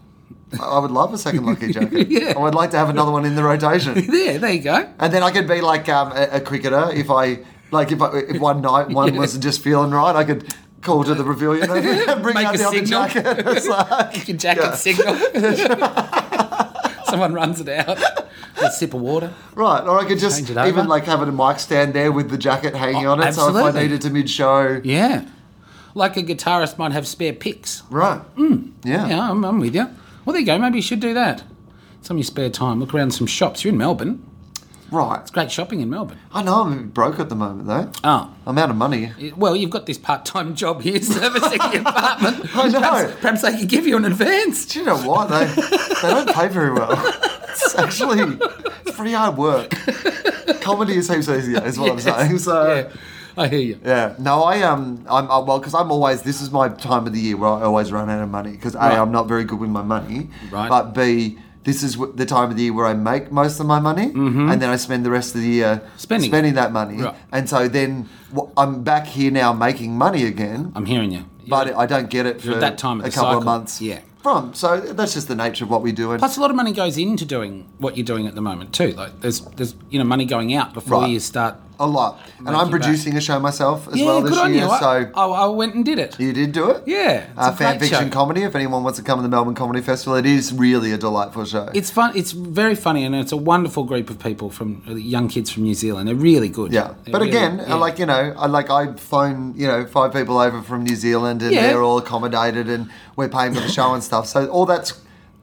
Speaker 3: I I would love a second lucky jacket.
Speaker 4: Yeah.
Speaker 3: I would like to have another one in the rotation,
Speaker 4: There, there you go.
Speaker 3: and then I could be like um, a, a cricketer if I like if I, if one night one wasn't just feeling right, I could call to the pavilion and bring
Speaker 4: Make
Speaker 3: out
Speaker 4: a
Speaker 3: the
Speaker 4: signal.
Speaker 3: other jacket. It's like,
Speaker 4: Your jacket
Speaker 3: Yeah.
Speaker 4: signal. Someone runs it out. A sip of water.
Speaker 3: right, or I could just
Speaker 4: Change it over.
Speaker 3: even like have a mic stand there with the jacket hanging
Speaker 4: Oh,
Speaker 3: on it. So if I
Speaker 4: absolutely.
Speaker 3: needed to mid show,
Speaker 4: Yeah. Like a guitarist might have spare picks.
Speaker 3: right, yeah.
Speaker 4: Hmm. Yeah, I'm, I'm with you. Well, there you go. Maybe you should do that. Some of your spare time. Look around some shops. You're in Melbourne.
Speaker 3: right.
Speaker 4: Great shopping in Melbourne.
Speaker 3: I know I'm broke at the moment though.
Speaker 4: Oh.
Speaker 3: I'm out of money.
Speaker 4: Well, you've got this part-time job here servicing the apartment.
Speaker 3: I know.
Speaker 4: Perhaps, perhaps they could give you an advance.
Speaker 3: Do you know what? They, they don't pay very well. It's actually it's pretty hard work. Comedy is heaps easier, is what
Speaker 4: Yes.
Speaker 3: I'm saying. So
Speaker 4: Yeah,
Speaker 3: yeah.
Speaker 4: I hear you.
Speaker 3: No, I um, I'm I, well because I'm always this is my time of the year where I always run out of money because a
Speaker 4: Right.
Speaker 3: I'm not very good with my money,
Speaker 4: Right.
Speaker 3: but b this is wh- the time of the year where I make most of my money, and then I spend the rest of the year
Speaker 4: Mm-hmm. Spending.
Speaker 3: spending that money,
Speaker 4: Right.
Speaker 3: and so then wh- I'm back here now making money again.
Speaker 4: I'm hearing you.
Speaker 3: but I don't get it for
Speaker 4: You're at that time of
Speaker 3: a
Speaker 4: the
Speaker 3: couple
Speaker 4: cycle.
Speaker 3: of months
Speaker 4: Yeah.
Speaker 3: from. So that's just the nature of what we do. And
Speaker 4: Plus, a lot of money goes into doing what you're doing at the moment too. Like there's there's you know money going out before
Speaker 3: Right.
Speaker 4: you start.
Speaker 3: A lot. And
Speaker 4: Make
Speaker 3: I'm
Speaker 4: it
Speaker 3: producing a show myself as
Speaker 4: yeah,
Speaker 3: well
Speaker 4: good
Speaker 3: this
Speaker 4: on
Speaker 3: year.
Speaker 4: you. I-
Speaker 3: So
Speaker 4: I, I went and did it.
Speaker 3: you did do it?
Speaker 4: Yeah, it's
Speaker 3: Uh,
Speaker 4: a
Speaker 3: fan
Speaker 4: great
Speaker 3: fiction
Speaker 4: show.
Speaker 3: comedy. If anyone wants to come to the Melbourne Comedy Festival, it is really a delightful show.
Speaker 4: It's fun. It's very funny, and it's a wonderful group of people from uh, young kids from New Zealand. They're really good.
Speaker 3: yeah,
Speaker 4: They're
Speaker 3: but
Speaker 4: really-
Speaker 3: again,
Speaker 4: yeah.
Speaker 3: I like you know, I like I phone you know five people over from New Zealand, and
Speaker 4: Yeah.
Speaker 3: they're all accommodated, and we're paying for the show and stuff. So all that's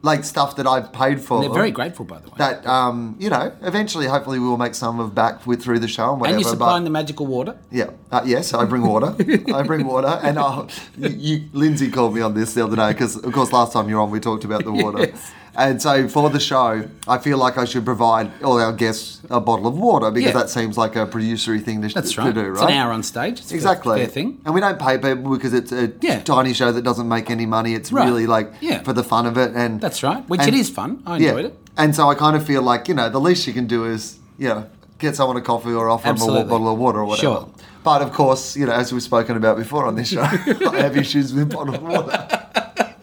Speaker 3: like stuff that I've paid for.
Speaker 4: they're very grateful, by the way.
Speaker 3: That um, you know, eventually, hopefully, we will make some of back with through the show and whatever.
Speaker 4: and you're
Speaker 3: but-
Speaker 4: supplying the magical water.
Speaker 3: Yeah. Uh, yes, I bring water. I bring water, and I'll, you, Lindsay called me on this the other day because, of course, last time you were on, we talked about the water.
Speaker 4: Yes.
Speaker 3: And so for the show, I feel like I should provide all our guests a bottle of water because
Speaker 4: Yeah.
Speaker 3: that seems like a producery thing to,
Speaker 4: That's
Speaker 3: to
Speaker 4: right.
Speaker 3: do, right?
Speaker 4: It's an hour on stage. It's a fair-
Speaker 3: Exactly.
Speaker 4: fair thing.
Speaker 3: And we don't pay people because it's a
Speaker 4: Yeah.
Speaker 3: tiny show that doesn't make any money. It's
Speaker 4: Right.
Speaker 3: really like
Speaker 4: Yeah.
Speaker 3: for the fun of it. And
Speaker 4: That's right. Which
Speaker 3: and-
Speaker 4: it is fun. I enjoyed it.
Speaker 3: and so I kind of feel like, you know, the least you can do is, you know, get someone a coffee or offer
Speaker 4: Absolutely.
Speaker 3: them a wa- bottle of water or whatever.
Speaker 4: Sure.
Speaker 3: But of course, you know, as we've spoken about before on this show, I have issues with bottled water.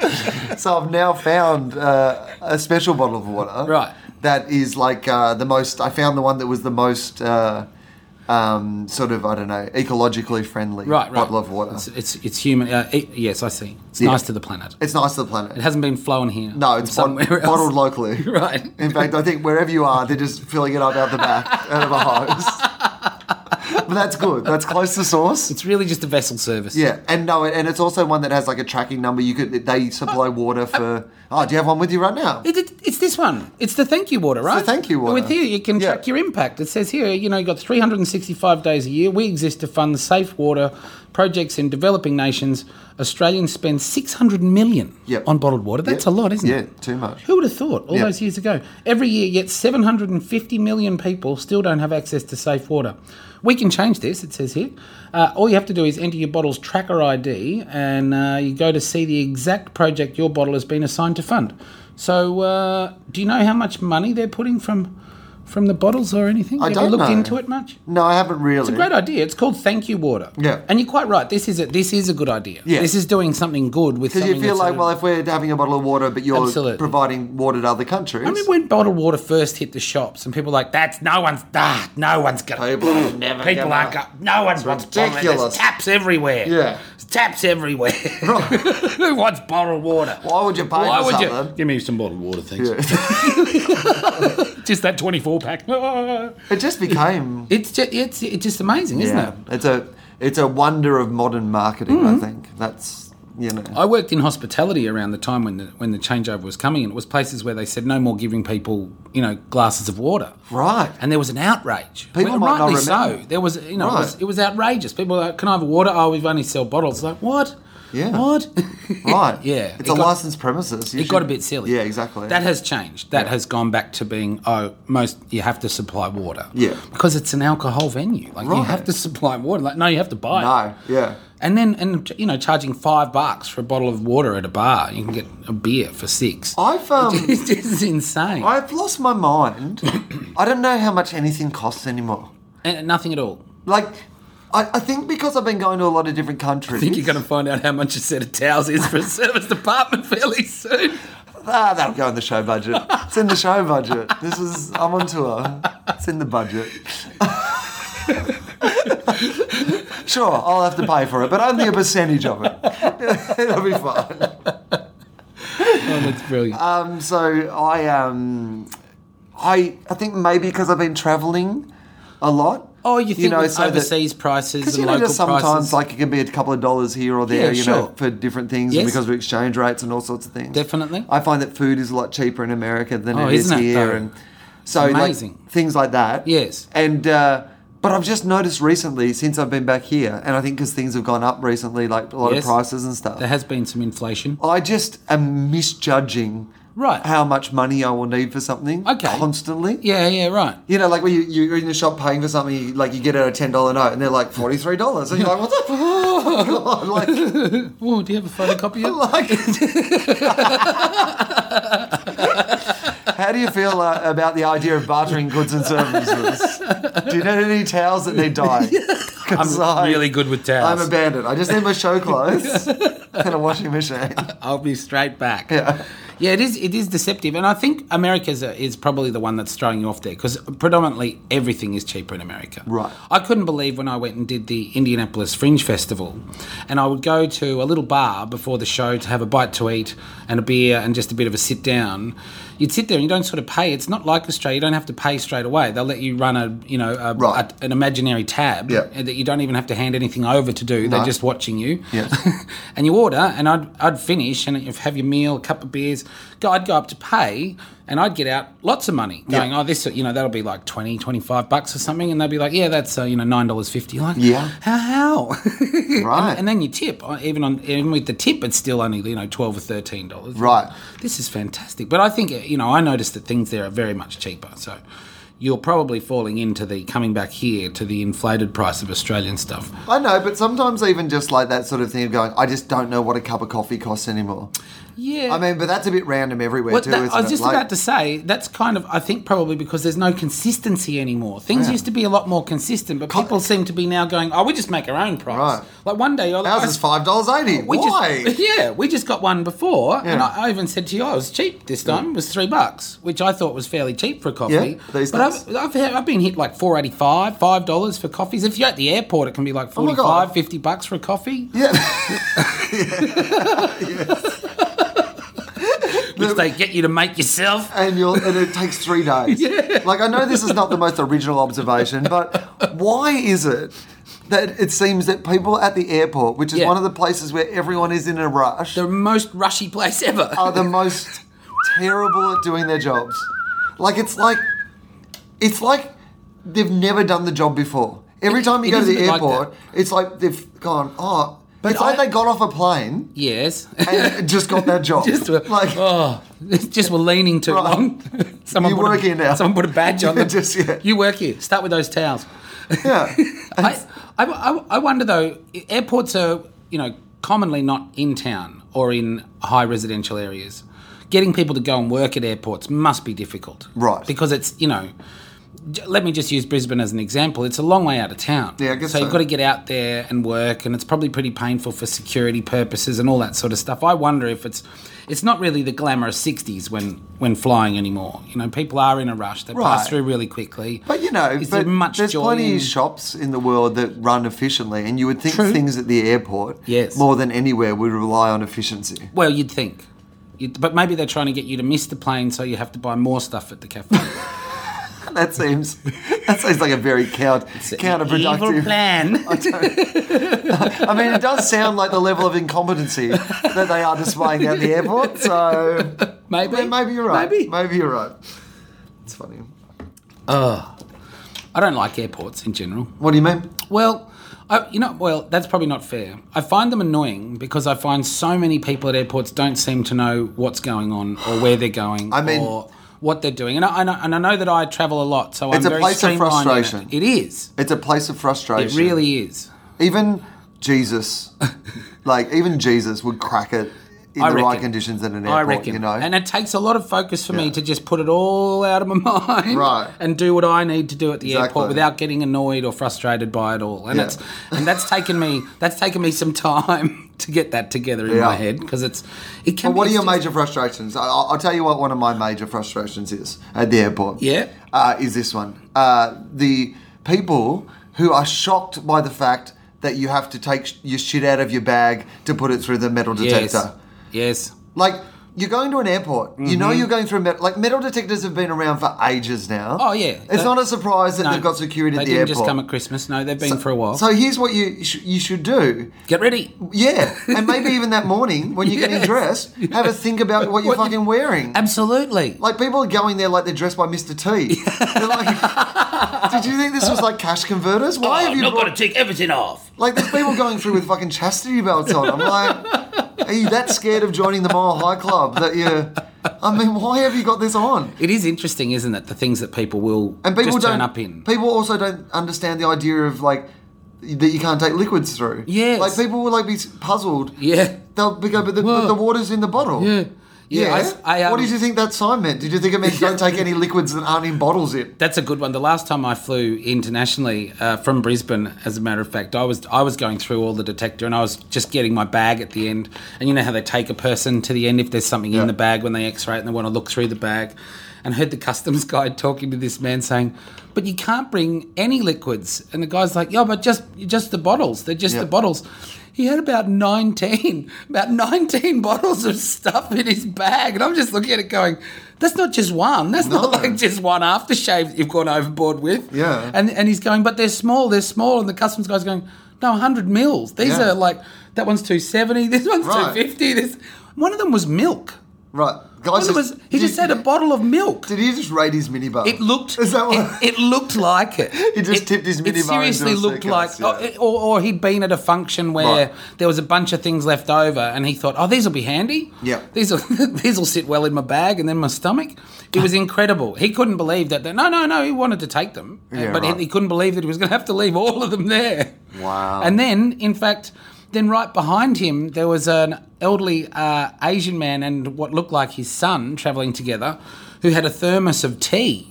Speaker 3: so I've now found uh, a special bottle of water.
Speaker 4: Right.
Speaker 3: That is like uh, the most, I found the one that was the most. Uh, um, sort of, I don't know, ecologically friendly
Speaker 4: Right, right.
Speaker 3: bottle of water.
Speaker 4: It's
Speaker 3: It's,
Speaker 4: it's, it's human. Uh, it- yes, I see. It's
Speaker 3: Yeah.
Speaker 4: nice to the planet.
Speaker 3: nice to the planet.
Speaker 4: It hasn't been flown here.
Speaker 3: no,
Speaker 4: from
Speaker 3: it's bot-
Speaker 4: somewhere else.
Speaker 3: bottled locally.
Speaker 4: Right.
Speaker 3: In fact, I think wherever you are, they're just filling it up out the back out of a hose. but that's good. That's close to source.
Speaker 4: It's really just a vessel service.
Speaker 3: Yeah, and no, and it's also one that has like a tracking number. You could they supply water for. Oh, do you have one with you right now?
Speaker 4: It, it, it's this one. It's the thank you water, right?
Speaker 3: thank you water.
Speaker 4: With here, you can
Speaker 3: Yeah.
Speaker 4: track your impact. It says here, you know, you've got 365 days a year. We exist to fund safe water projects in developing nations. Australians spend 600 million
Speaker 3: Yep.
Speaker 4: on bottled water. That's
Speaker 3: Yeah.
Speaker 4: a lot, isn't
Speaker 3: Yeah,
Speaker 4: it?
Speaker 3: too much.
Speaker 4: Who would have thought all
Speaker 3: Yeah.
Speaker 4: those years ago? Every year, yet 750 million people still don't have access to safe water. We can change this, it says here. Uh, all you have to do is enter your bottle's tracker ID and uh, you go to see the exact project your bottle has been assigned to fund. So, uh, do you know how much money they're putting from from the bottles or anything?
Speaker 3: I
Speaker 4: have
Speaker 3: don't
Speaker 4: you looked
Speaker 3: know.
Speaker 4: into it much?
Speaker 3: No, I haven't really.
Speaker 4: It's a great idea. It's called Thank You Water.
Speaker 3: Yeah.
Speaker 4: And you're quite right. This is a, this is a good idea.
Speaker 3: Yeah.
Speaker 4: This is doing something good with
Speaker 3: Because
Speaker 4: something
Speaker 3: you feel
Speaker 4: that's
Speaker 3: like,
Speaker 4: a-
Speaker 3: well, if we're having a bottle of water, but you're
Speaker 4: Absolutely.
Speaker 3: providing water to other countries.
Speaker 4: I remember when bottled water first hit the shops, and people were like, "That's no one's that. no one's gonna.
Speaker 3: People are never
Speaker 4: people
Speaker 3: gonna-
Speaker 4: aren't. Go, no one's wants bottled water. There's
Speaker 3: ridiculous.
Speaker 4: taps everywhere.
Speaker 3: Yeah.
Speaker 4: There's taps everywhere. Who wants bottled water?
Speaker 3: Why would you pay
Speaker 4: Why
Speaker 3: for
Speaker 4: would you?
Speaker 3: something?
Speaker 4: Give me some bottled water, thanks. just that 24 pack.
Speaker 3: It just became
Speaker 4: it's just, it's it's just amazing, isn't it?
Speaker 3: It's a it's a wonder of modern marketing,
Speaker 4: Mm-hmm.
Speaker 3: I think. That's you know.
Speaker 4: I worked in hospitality around the time when the when the changeover was coming, and it was places where they said no more giving people, you know, glasses of water.
Speaker 3: right.
Speaker 4: And there was an outrage.
Speaker 3: People
Speaker 4: Well,
Speaker 3: might not
Speaker 4: rightly so.
Speaker 3: remember.
Speaker 4: There was, you know, it, was,
Speaker 3: Right.
Speaker 4: it was outrageous. People were like, "Can I have water?" Oh, we've only sell bottles. Like what?
Speaker 3: Yeah.
Speaker 4: What?
Speaker 3: right.
Speaker 4: yeah.
Speaker 3: It's
Speaker 4: It
Speaker 3: a
Speaker 4: got-
Speaker 3: licensed premises. You
Speaker 4: it got a
Speaker 3: should-
Speaker 4: bit silly.
Speaker 3: Yeah, exactly.
Speaker 4: That has changed. That has gone back to being oh, most you have to supply water.
Speaker 3: Yeah.
Speaker 4: because it's an alcohol venue. Like you
Speaker 3: Right.
Speaker 4: have to supply water. Like no, you have to buy. it.
Speaker 3: No, yeah.
Speaker 4: And then and you know charging five bucks for a bottle of water at a bar, you can get a beer for six.
Speaker 3: I've um
Speaker 4: it's just insane.
Speaker 3: I've lost my mind. I don't know how much anything costs anymore.
Speaker 4: and nothing at all.
Speaker 3: Like I, I think because I've been going to a lot of different countries.
Speaker 4: I think you're going to find out how much a set of towels is for a service department fairly soon.
Speaker 3: Ah, that'll go in the show budget. It's in the show budget. This is I'm on tour. It's in the budget. sure, I'll have to pay for it, but only a percentage of it. It'll be fine.
Speaker 4: Oh, that's brilliant.
Speaker 3: Um, so I um, I I think maybe because I've been travelling a lot.
Speaker 4: oh, you think with
Speaker 3: so that-
Speaker 4: overseas prices and
Speaker 3: Because you know,
Speaker 4: local
Speaker 3: just sometimes
Speaker 4: prices?
Speaker 3: like it can be a couple of dollars here or there,
Speaker 4: Yeah,
Speaker 3: you
Speaker 4: sure.
Speaker 3: know, for different things,
Speaker 4: Yes.
Speaker 3: and because of exchange rates and all sorts of things.
Speaker 4: Definitely.
Speaker 3: I find that food is a lot cheaper in America than
Speaker 4: Oh,
Speaker 3: it is
Speaker 4: isn't it,
Speaker 3: here,
Speaker 4: though?
Speaker 3: and so like,
Speaker 4: amazing.
Speaker 3: things like that.
Speaker 4: Yes.
Speaker 3: and. Uh, but I've just noticed recently, since I've been back here, and I think because things have gone up recently, like a lot
Speaker 4: Yes.
Speaker 3: of prices and stuff.
Speaker 4: there has been some inflation.
Speaker 3: I just am misjudging
Speaker 4: Right.
Speaker 3: how much money I will need for something
Speaker 4: Okay.
Speaker 3: constantly.
Speaker 4: Yeah, yeah, right.
Speaker 3: You know, like when you, you're in the shop paying for something, you, like you get out a ten dollar note, and they're like forty three dollars, and you're like, "What the? God, like,
Speaker 4: Oh, do you have a photocopy of
Speaker 3: like, how do you feel uh, about the idea of bartering goods and services? Do you know any towels that need dyeing? 'Cause I-
Speaker 4: really good with towels.
Speaker 3: I'm a bandit. I just need my show clothes and a washing machine.
Speaker 4: I'll be straight back. Yeah. Yeah, it is. It is deceptive, and I think America is probably the one that's throwing you off there because predominantly everything is cheaper in America.
Speaker 3: Right.
Speaker 4: I couldn't believe when I went and did the Indianapolis Fringe Festival, and I would go to a little bar before the show to have a bite to eat and a beer and just a bit of a sit down. You'd sit there and you don't sort of pay. It's not like Australia; you don't have to pay straight away. They'll let you run a you know a,
Speaker 3: Right.
Speaker 4: a- an imaginary tab
Speaker 3: Yeah.
Speaker 4: and that you don't even have to hand anything over to do. They're
Speaker 3: No.
Speaker 4: just watching you.
Speaker 3: Yes.
Speaker 4: and you order, and I'd, I'd finish and you'd have your meal, a cup of beers. Go, I'd go up to pay and I'd get out lots of money going, oh, this, you know, that'll be like 20, 25 bucks or something. And they'd be like, yeah, that's, uh, you know, $9.50. You're like,
Speaker 3: Yeah.
Speaker 4: How? how?
Speaker 3: Right.
Speaker 4: and then you tip, uh, even on even with the tip, it's still only, you know, 12 or $13.
Speaker 3: Right.
Speaker 4: This is fantastic. But I think, uh, you know, I noticed that things there are very much cheaper. So you're probably falling into the coming back here to the inflated price of Australian stuff.
Speaker 3: I know, but sometimes even just like that sort of thing of going, I just don't know what a cup of coffee costs anymore.
Speaker 4: Yeah.
Speaker 3: I mean, but that's a bit random everywhere
Speaker 4: Well,
Speaker 3: too.
Speaker 4: that-
Speaker 3: isn't
Speaker 4: I was
Speaker 3: it?
Speaker 4: just
Speaker 3: Like-
Speaker 4: about to say that's kind of I think probably because there's no consistency anymore. Things used to be a lot more consistent, but people seem to be now going, "Oh, we just make our own price."
Speaker 3: Right.
Speaker 4: Like one day, you're like,
Speaker 3: Ours
Speaker 4: "I-
Speaker 3: is five dollars eighty.
Speaker 4: we
Speaker 3: Why?
Speaker 4: Just, yeah, we just got one before, and
Speaker 3: Yeah.
Speaker 4: I, I even said to you, "I was cheap this time. It was three bucks, which I thought was fairly cheap for a coffee."
Speaker 3: Yeah, these
Speaker 4: but
Speaker 3: days.
Speaker 4: I've, I've, had- I've been hit like four eighty five, five dollars for coffees. If you're at the airport, it can be like
Speaker 3: Oh my
Speaker 4: 45,
Speaker 3: God.
Speaker 4: 50 bucks for a coffee,
Speaker 3: yeah.
Speaker 4: which they get you to make yourself.
Speaker 3: and you and it takes three days.
Speaker 4: Yeah.
Speaker 3: Like I know this is not the most original observation, but why is it that it seems that people at the airport, which is
Speaker 4: Yeah.
Speaker 3: one of the places where everyone is in a rush,
Speaker 4: The most rushy place ever.
Speaker 3: are the most terrible at doing their jobs. Like it's like it's like they've never done the job before. Every time you
Speaker 4: it
Speaker 3: go to
Speaker 4: is a
Speaker 3: the
Speaker 4: bit like
Speaker 3: airport, it's like they've gone, oh, it's like
Speaker 4: I-
Speaker 3: they got off a plane
Speaker 4: yes.
Speaker 3: and just got that job.
Speaker 4: just were,
Speaker 3: like
Speaker 4: oh, just were leaning too
Speaker 3: Right.
Speaker 4: long. someone
Speaker 3: You
Speaker 4: put a-
Speaker 3: work here now.
Speaker 4: Someone put a badge on
Speaker 3: Yeah,
Speaker 4: them.
Speaker 3: just, yeah.
Speaker 4: You work here. Start with those towels.
Speaker 3: yeah,
Speaker 4: I, I, I, I wonder though. Airports are you know commonly not in town or in high residential areas. Getting people to go and work at airports must be difficult,
Speaker 3: Right.
Speaker 4: Because it's you know j- let me just use Brisbane as an example. It's a long way out of town.
Speaker 3: Yeah, I guess
Speaker 4: so. You've
Speaker 3: so.
Speaker 4: got to get out there and work, and it's probably pretty painful for security purposes and all that sort of stuff. I wonder if it's it's not really the glamorous '60s when when flying anymore. You know, people are in a rush; they
Speaker 3: Right.
Speaker 4: pass through really quickly.
Speaker 3: But you know,
Speaker 4: Is
Speaker 3: but
Speaker 4: there much
Speaker 3: there's
Speaker 4: joy
Speaker 3: plenty
Speaker 4: in-
Speaker 3: of shops in the world that run efficiently, and you would think
Speaker 4: True.
Speaker 3: things at the airport
Speaker 4: Yes.
Speaker 3: more than anywhere would rely on efficiency.
Speaker 4: Well, you'd think. You'd, but maybe they're trying to get you to miss the plane so you have to buy more stuff at the cafe.
Speaker 3: That seems that seems like a very count,
Speaker 4: Evil
Speaker 3: counterproductive.
Speaker 4: plan.
Speaker 3: I mean, it does sound like the level of incompetency that they are displaying at the airport. So
Speaker 4: maybe.
Speaker 3: maybe you're right.
Speaker 4: Maybe.
Speaker 3: maybe you're right. It's funny.
Speaker 4: I don't like airports in general.
Speaker 3: What do you mean?
Speaker 4: Well, I, you know, well, that's probably not fair. I find them annoying because I find so many people at airports don't seem to know what's going on or where they're going
Speaker 3: I mean-
Speaker 4: or what they're doing. And I, and I, and I know that I travel a lot, so
Speaker 3: It's
Speaker 4: I'm
Speaker 3: a
Speaker 4: very
Speaker 3: place of
Speaker 4: streamlined in it.
Speaker 3: frustration.
Speaker 4: It is.
Speaker 3: It's a place of
Speaker 4: It
Speaker 3: frustration.
Speaker 4: really is.
Speaker 3: Even Jesus, like even Jesus would crack it in
Speaker 4: I
Speaker 3: the right
Speaker 4: reckon.
Speaker 3: conditions at an
Speaker 4: I
Speaker 3: airport.
Speaker 4: reckon.
Speaker 3: You know.
Speaker 4: And it takes a lot of focus for me to just put it all out of my mind
Speaker 3: Right.
Speaker 4: and do what I need to do at the
Speaker 3: Exactly.
Speaker 4: airport without getting annoyed or frustrated by it all. And
Speaker 3: Yeah.
Speaker 4: it's and that's taken me that's taken me some time to get that together in my
Speaker 3: Yeah.
Speaker 4: head because it's it can
Speaker 3: But what
Speaker 4: be
Speaker 3: are your
Speaker 4: just-
Speaker 3: major frustrations? I- I'll, I'll tell you what one of my major frustrations is at the airport.
Speaker 4: Yeah.
Speaker 3: Uh, is this one. Uh, the people who are shocked by the fact that you have to take sh- your shit out of your bag to put it through the metal detector.
Speaker 4: Yes. Yes.
Speaker 3: Like, you're going to an airport. You know
Speaker 4: Mm-hmm.
Speaker 3: you're going through a metal... Like, metal detectors have been around for ages now.
Speaker 4: Oh, yeah.
Speaker 3: It's
Speaker 4: That-
Speaker 3: not a surprise that
Speaker 4: No,
Speaker 3: they've got security
Speaker 4: they
Speaker 3: at the
Speaker 4: didn't
Speaker 3: airport.
Speaker 4: just come at Christmas. No, they've been for a while.
Speaker 3: So here's what you sh- you should do.
Speaker 4: get ready.
Speaker 3: Yeah, and maybe even that morning when you're getting
Speaker 4: Yes.
Speaker 3: dressed, have a think about what you're
Speaker 4: What you-
Speaker 3: fucking wearing.
Speaker 4: Absolutely.
Speaker 3: Like people are going there like they're dressed by Mr. T. They're like, did you think this was like cash converters?
Speaker 4: Oh,
Speaker 3: Why have you brought,
Speaker 4: to take everything off.
Speaker 3: like there's people going through with fucking chastity belts on? I'm like, are you that scared of joining the Mile High Club that you? I mean, why have you got this on?
Speaker 4: It is interesting, isn't it? The things that people will
Speaker 3: And people
Speaker 4: just
Speaker 3: don't.
Speaker 4: turn up in.
Speaker 3: People also don't understand the idea of like that you can't take liquids through.
Speaker 4: Yes.
Speaker 3: like people will like be puzzled.
Speaker 4: yeah.
Speaker 3: They'll be go, but the, but the water's in the bottle.
Speaker 4: Yeah. Yeah. I, I, um,
Speaker 3: what did you think that sign meant? Did you think it meant don't take any liquids that aren't in bottles in?
Speaker 4: That's a good one. The last time I flew internationally uh, from Brisbane, as a matter of fact, I was I was going through all the detector and I was just getting my bag at the end. And you know how they take a person to the end if there's something
Speaker 3: Yeah.
Speaker 4: in the bag when they X-ray it and they want to look through the bag. And heard the customs guy talking to this man saying, "But you can't bring any liquids." And the guy's like, "Yeah, but just just the bottles. They're just
Speaker 3: Yeah.
Speaker 4: the bottles." He had about 19, about 19 bottles of stuff in his bag. And I'm just looking at it going, that's not just one. That's not
Speaker 3: No.
Speaker 4: like just one aftershave that you've gone overboard with.
Speaker 3: Yeah.
Speaker 4: And and he's going, but they're small, they're small. And the customs guy's going, no, 100 mils. These
Speaker 3: Yeah.
Speaker 4: are like, that one's 270, this one's
Speaker 3: Right.
Speaker 4: 250. This One of them was milk.
Speaker 3: Right.
Speaker 4: One
Speaker 3: Guys,
Speaker 4: of them was, he just had a bottle of milk.
Speaker 3: Did he just raid his minibar?
Speaker 4: It looked.
Speaker 3: Is that what?
Speaker 4: It, it looked like it.
Speaker 3: He just
Speaker 4: It-
Speaker 3: tipped his minibar
Speaker 4: It
Speaker 3: into
Speaker 4: seriously
Speaker 3: a
Speaker 4: looked like,
Speaker 3: circus,
Speaker 4: oh,
Speaker 3: yeah.
Speaker 4: it- or, or he'd been at a function where
Speaker 3: Right.
Speaker 4: there was a bunch of things left over, and he thought, "Oh, these will be handy.
Speaker 3: Yeah.
Speaker 4: these will these will sit well in my bag and then my stomach." It was incredible. He couldn't believe that. that- No, no, no. He wanted to take them, uh,
Speaker 3: Yeah,
Speaker 4: but he-
Speaker 3: right.
Speaker 4: he couldn't believe that he was going to have to leave all of them there.
Speaker 3: Wow.
Speaker 4: And then, in fact, then right behind him, there was an elderly uh, Asian man and what looked like his son traveling together who had a thermos of tea,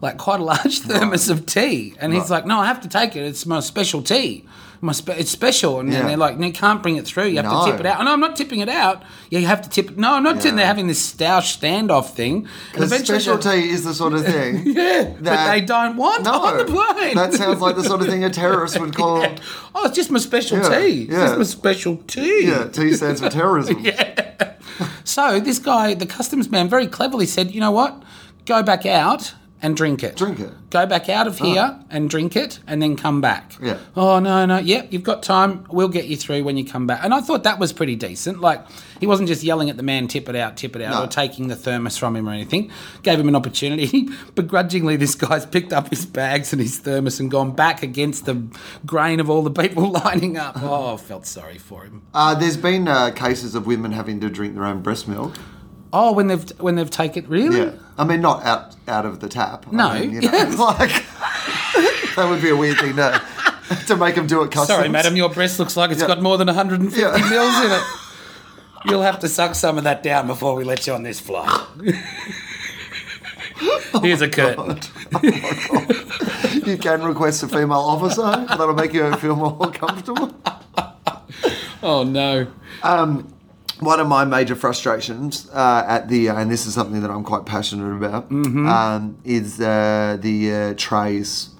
Speaker 4: like quite a large thermos of tea. And he's like, No, I have to take it. It's my special tea. My spe- it's special. And,
Speaker 3: Yeah.
Speaker 4: and they're like, No, you can't bring it through. You have
Speaker 3: No.
Speaker 4: to tip it out. Oh, no, I'm not tipping it out. Yeah, you have to tip it. No, I'm not tipping.
Speaker 3: Yeah.
Speaker 4: They're having this stoush standoff thing. And
Speaker 3: The
Speaker 4: eventually
Speaker 3: specialty
Speaker 4: they're-
Speaker 3: is the sort of thing.
Speaker 4: Yeah, that they don't want on the plane.
Speaker 3: That sounds like the sort of thing a terrorist would call.
Speaker 4: Yeah. Oh, it's just my special
Speaker 3: Yeah,
Speaker 4: tea. It's
Speaker 3: yeah.
Speaker 4: just my special tea.
Speaker 3: Yeah, T stands for terrorism.
Speaker 4: So this guy, the customs man, very cleverly said, you know what? Go back out and drink it.
Speaker 3: Drink it.
Speaker 4: Go back out of here and drink it and then come back.
Speaker 3: Yeah.
Speaker 4: Oh, no, no. Yeah, you've got time. We'll get you through when you come back. And I thought that was pretty decent. Like, he wasn't just yelling at the man, tip it out, tip it out,
Speaker 3: No.
Speaker 4: or taking the thermos from him or anything. Gave him an opportunity. Begrudgingly, this guy's picked up his bags and his thermos and gone back against the grain of all the people lining up. Oh, I felt sorry for him.
Speaker 3: Uh, there's been uh, cases of women having to drink their own breast milk.
Speaker 4: Oh, when they've when they've taken really?
Speaker 3: Yeah, I mean, not out out of the tap. I
Speaker 4: No,
Speaker 3: mean, you know,
Speaker 4: yeah.
Speaker 3: like that would be a weird thing to to make them do it. Customs.
Speaker 4: Sorry, madam, your breast looks like it's got more than 150
Speaker 3: Yeah.
Speaker 4: mils in it. You'll have to suck some of that down before we let you on this flight. Here's
Speaker 3: Oh,
Speaker 4: a curtain.
Speaker 3: You can request a female officer. That'll make you feel more comfortable.
Speaker 4: Oh no.
Speaker 3: One of my major frustrations uh, at the, and this is something that I'm quite passionate about,
Speaker 4: Mm-hmm.
Speaker 3: um, is uh, the uh, trays,